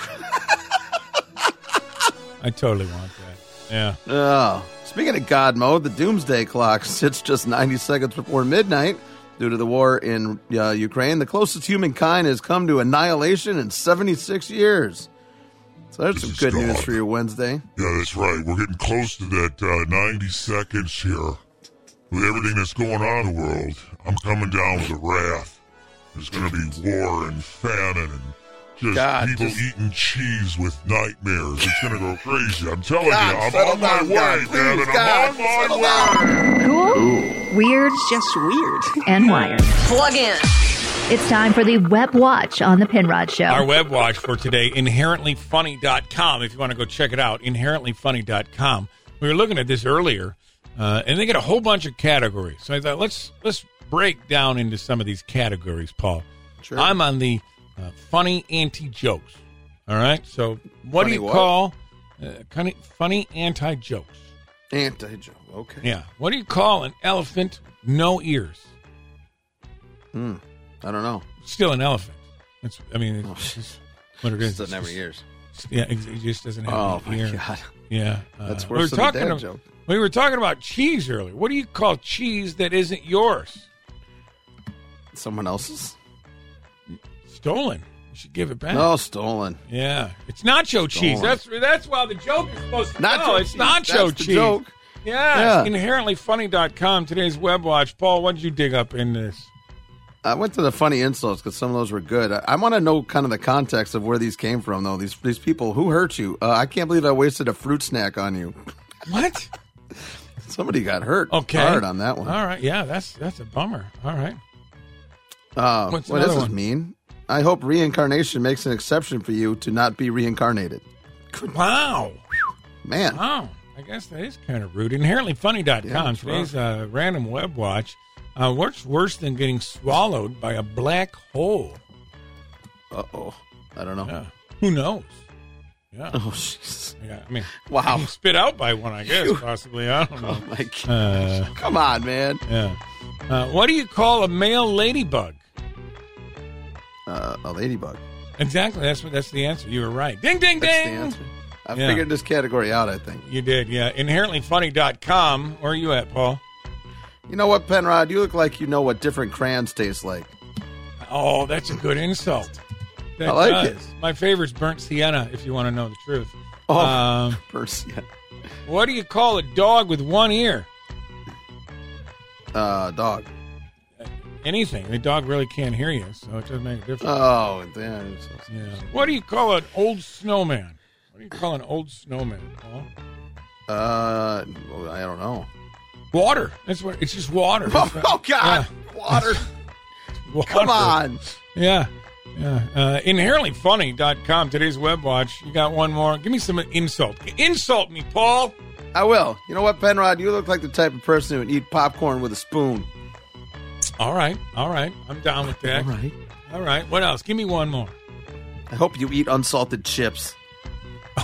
Speaker 14: I totally want that. Yeah.
Speaker 3: Oh, speaking of God mode, the doomsday clock sits just 90 seconds before midnight. Due to the war in uh, Ukraine, the closest humankind has come to annihilation in 76 years. So there's some good news for your Wednesday.
Speaker 5: Yeah, that's right. We're getting close to that uh, 90 seconds here. With everything that's going on in the world, I'm coming down with a wrath. There's going to be war and famine and just God, people just- eating cheese with nightmares. It's going to go crazy. I'm telling God, you, I'm settle on my down, way, God. man. Please, and God, I'm on my settle way.
Speaker 15: Cool, weird, just weird, and wired.
Speaker 23: Plug in.
Speaker 15: It's time for the Web Watch on the Penrod
Speaker 3: Oh.
Speaker 15: Show.
Speaker 14: Our web watch for today, inherentlyfunny.com, if you want to go check it out, inherentlyfunny.com. We were looking at this earlier, uh, and they get a whole bunch of categories. So I thought, let's let's break down into some of these categories, Paul.
Speaker 3: Sure.
Speaker 14: I'm on the uh, funny anti jokes. All right. So what
Speaker 3: Funny
Speaker 14: do you
Speaker 3: what?
Speaker 14: call uh, funny, funny anti jokes?
Speaker 3: Anti Joe. Okay.
Speaker 14: Yeah. What do you call an elephant no ears?
Speaker 3: Hmm. I don't know.
Speaker 14: Still an elephant. That's, I mean, it's just what it is.
Speaker 3: Doesn't have
Speaker 14: It's
Speaker 3: any ears.
Speaker 14: just- Yeah, it it just doesn't have
Speaker 3: Oh,
Speaker 14: any
Speaker 3: my
Speaker 14: ear.
Speaker 3: God.
Speaker 14: Yeah. uh,
Speaker 3: That's
Speaker 14: we
Speaker 3: worse
Speaker 14: were
Speaker 3: than a
Speaker 14: talking
Speaker 3: dad
Speaker 14: ab-
Speaker 3: joke.
Speaker 14: We were talking about cheese earlier. What do you call cheese that isn't yours?
Speaker 3: Someone else's?
Speaker 14: Stolen. You should give it back.
Speaker 3: No, stolen.
Speaker 14: Yeah. It's nacho cheese.
Speaker 3: Stolen.
Speaker 14: That's that's why the joke is supposed to
Speaker 3: Nacho
Speaker 14: go. It's
Speaker 3: cheese.
Speaker 14: nacho
Speaker 3: That's the
Speaker 14: cheese.
Speaker 3: joke.
Speaker 14: Yeah,
Speaker 3: Yeah.
Speaker 14: it's inherentlyfunny.com. Today's web watch. Paul, what did you dig up in this?
Speaker 3: I went to the funny insults because some of those were good. I, I want to know kind of the context of where these came from, though. These these people who hurt you. Uh, I can't believe I wasted a fruit snack on you.
Speaker 14: What?
Speaker 3: Somebody got hurt.
Speaker 14: Okay.
Speaker 3: hard on that one.
Speaker 14: All right. Yeah, that's that's a bummer. All right.
Speaker 3: Uh,
Speaker 14: What's
Speaker 3: well,
Speaker 14: another
Speaker 3: this is
Speaker 14: one?
Speaker 3: mean. I hope reincarnation makes an exception for you to not be reincarnated.
Speaker 14: Wow.
Speaker 3: Man.
Speaker 14: Wow. Oh, I guess that is kind of rude. Inherentlyfunny.com.
Speaker 3: Yeah, it's
Speaker 14: Today's uh, random web watch. Uh, what's worse than getting swallowed by a black hole?
Speaker 3: Uh oh. I don't know.
Speaker 14: Yeah. Who knows? Yeah.
Speaker 3: Oh, jeez.
Speaker 14: Yeah. I mean,
Speaker 3: Wow.
Speaker 14: spit out by one, I guess, possibly. I don't know.
Speaker 3: Oh, my God.
Speaker 14: Uh,
Speaker 3: Come on, man.
Speaker 14: yeah. Uh, what do you call a male ladybug?
Speaker 3: Uh, a ladybug.
Speaker 14: Exactly. That's what. That's the answer. You were right. Ding, ding,
Speaker 3: That's the
Speaker 14: ding.
Speaker 3: answer. I
Speaker 14: Yeah.
Speaker 3: figured this category out, I think.
Speaker 14: You did. Yeah. Inherentlyfunny.com. Where are you at, Paul?
Speaker 3: You know what, Penrod? You look like you know what different crayons taste like.
Speaker 14: Oh, that's a good insult. That
Speaker 3: I like it.
Speaker 14: My favorite's burnt sienna, if you want to know the truth.
Speaker 3: Oh,
Speaker 14: Um,
Speaker 3: person.
Speaker 14: what do you call a dog with one ear?
Speaker 3: Uh, dog.
Speaker 14: Anything. The dog really can't hear you, so it doesn't make a difference.
Speaker 3: Oh, damn.
Speaker 14: yeah. What do you call an old snowman? What do you call an old snowman, Paul?
Speaker 3: Uh, well, I don't know.
Speaker 14: Water. That's what. It's just water.
Speaker 3: Oh,
Speaker 14: It's not-
Speaker 3: oh, God. Water.
Speaker 14: yeah, water.
Speaker 3: Come on.
Speaker 14: Yeah. Yeah. Uh, inherentlyfunny.com. Today's web watch. You got one more. Give me some insult. Insult me, Paul.
Speaker 3: I will. You know what, Penrod? You look like the type of person who would eat popcorn with a spoon.
Speaker 14: All right. All right. I'm down with that. All right. All right. What else? Give me one more.
Speaker 3: I hope you eat unsalted chips.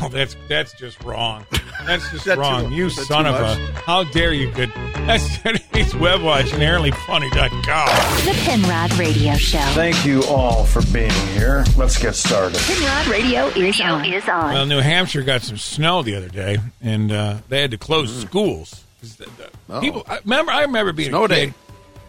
Speaker 14: Oh, that's that's just wrong. That's just
Speaker 3: That too
Speaker 14: wrong.
Speaker 3: much.
Speaker 14: you
Speaker 3: That
Speaker 14: son
Speaker 3: too
Speaker 14: of a. How dare you? Good. That's today's web watch. Inherentlyfunny.com.
Speaker 15: The Penrod Radio Show.
Speaker 8: Thank you all for being here. Let's get started.
Speaker 15: Penrod Radio is on. Is on.
Speaker 14: Well, New Hampshire got some snow the other day, and uh, they had to close schools. 'Cause the- the
Speaker 3: Oh.
Speaker 14: People, I remember. I remember being
Speaker 3: Mm. Snow
Speaker 14: a kid,
Speaker 3: day.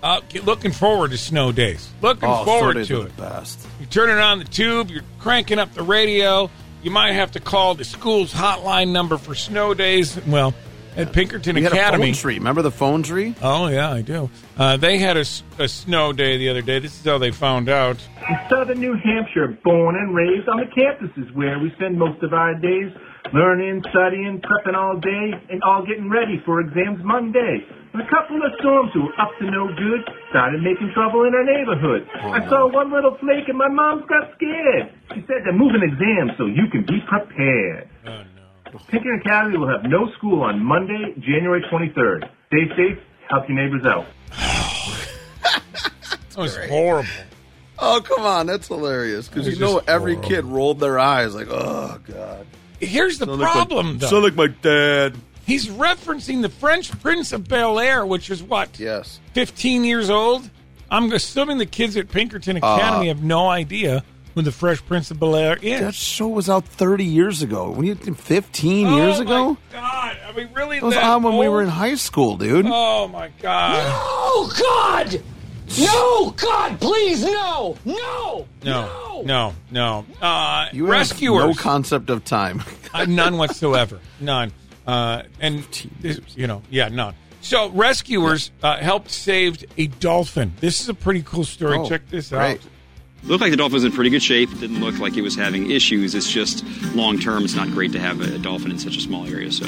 Speaker 14: Uh, ke- looking forward to snow days. Looking
Speaker 3: Oh,
Speaker 14: forward
Speaker 3: Sundays
Speaker 14: to
Speaker 3: are
Speaker 14: it.
Speaker 3: The best.
Speaker 14: You're turning on the tube. You're cranking up the radio. You might have to call the school's hotline number for snow days. Well, at Pinkerton
Speaker 3: We had a
Speaker 14: Academy.
Speaker 3: phone tree. Remember the phone tree?
Speaker 14: Oh yeah, I do. Uh, they had a, s- a snow day the other day. This is how they found out.
Speaker 10: In southern New Hampshire, born and raised on the campuses where we spend most of our days learning, studying, prepping all day, and all getting ready for exams Monday. And a couple of storms who were up to no good started making trouble in our neighborhood. I saw one little flake and my mom got scared. She said they're moving exams so you can be prepared.
Speaker 14: Oh,
Speaker 10: no. Pinkerton Academy will have no school on Monday, January 23rd. Stay safe, help your neighbors out.
Speaker 14: That was horrible.
Speaker 3: Oh, come on. That's hilarious. Because you
Speaker 14: It's
Speaker 3: know
Speaker 14: just
Speaker 3: every
Speaker 14: horrible.
Speaker 3: kid rolled their eyes like, oh, God.
Speaker 14: Here's the
Speaker 3: Sound like my-
Speaker 14: problem, though.
Speaker 3: Sound like my dad.
Speaker 14: He's referencing the French Prince of Bel Air, which is what
Speaker 3: Yes.
Speaker 14: 15 years old. I'm assuming the kids at Pinkerton
Speaker 3: Uh,
Speaker 14: Academy have no idea who the Fresh Prince of Bel Air is.
Speaker 3: That show was out 30 years ago. When you think 15
Speaker 14: Oh,
Speaker 3: years
Speaker 14: my
Speaker 3: ago?
Speaker 14: God, are we really?
Speaker 3: That was
Speaker 14: that
Speaker 3: on when we were in
Speaker 14: old?
Speaker 3: high school, dude.
Speaker 14: Oh my God!
Speaker 11: Oh God! No, God, please, no, no,
Speaker 14: No, no, no. Uh,
Speaker 3: you have
Speaker 14: rescuers.
Speaker 3: no concept of time.
Speaker 14: Uh, none whatsoever. None. Uh, and this- you know, yeah, none. So rescuers uh, helped saved a dolphin. This is a pretty cool story.
Speaker 12: Oh,
Speaker 14: Check this
Speaker 12: great.
Speaker 14: out.
Speaker 12: Looked like the dolphin was in pretty good shape. Didn't look like it was having issues. It's just long term, it's not great to have a, a dolphin in such a small area. So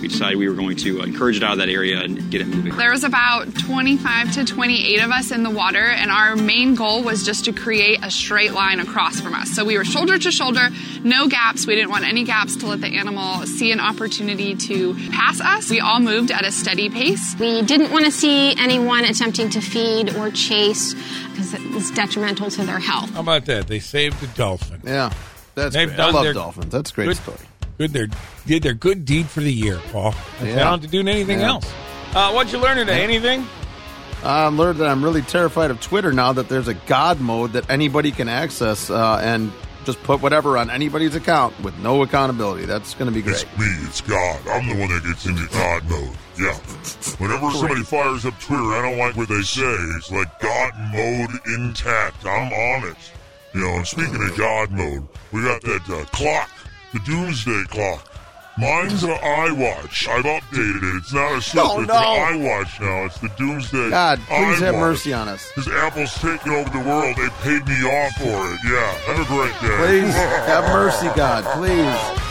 Speaker 12: we decided we were going to encourage it out of that area and get it moving.
Speaker 13: There was about 25 to 28 of us in the water, and our main goal was just to create a straight line across from us. So we were shoulder to shoulder, no gaps. We didn't want any gaps to let the animal see an opportunity to pass us. We all moved at a steady pace.
Speaker 17: We didn't want to see anyone attempting to feed or chase because it was detrimental to their health.
Speaker 14: How about that? They saved a dolphin.
Speaker 3: Yeah, that's
Speaker 14: They've
Speaker 3: great. I
Speaker 14: done
Speaker 3: love
Speaker 14: their-
Speaker 3: dolphins. That's a great
Speaker 14: good,
Speaker 3: story.
Speaker 14: Good, their did their good deed for the year, Paul. They
Speaker 3: Yeah.
Speaker 14: don't have to do anything
Speaker 3: Yeah.
Speaker 14: else. Uh, what'd you learn today? Anything?
Speaker 3: I learned that I'm really terrified of Twitter now that there's a God mode that anybody can access uh, and just put whatever on anybody's account with no accountability. That's going to be great.
Speaker 5: Me, it's God. I'm the one that gets into God mode. Yeah. Whenever somebody fires up Twitter, I don't like what they say. It's like God mode intact. I'm on it. You know, and speaking of God mode, we got that uh, clock, the doomsday clock. Mine's an iWatch. I've updated it. It's not a slipper.
Speaker 3: Oh,
Speaker 5: It's
Speaker 3: no.
Speaker 5: an iWatch now. It's the doomsday.
Speaker 3: God, please have
Speaker 5: iWatch.
Speaker 3: mercy on us.
Speaker 5: Because Apple's taking over the world. They paid me off for it. Yeah. Have a great day.
Speaker 3: Please have mercy, God. Please.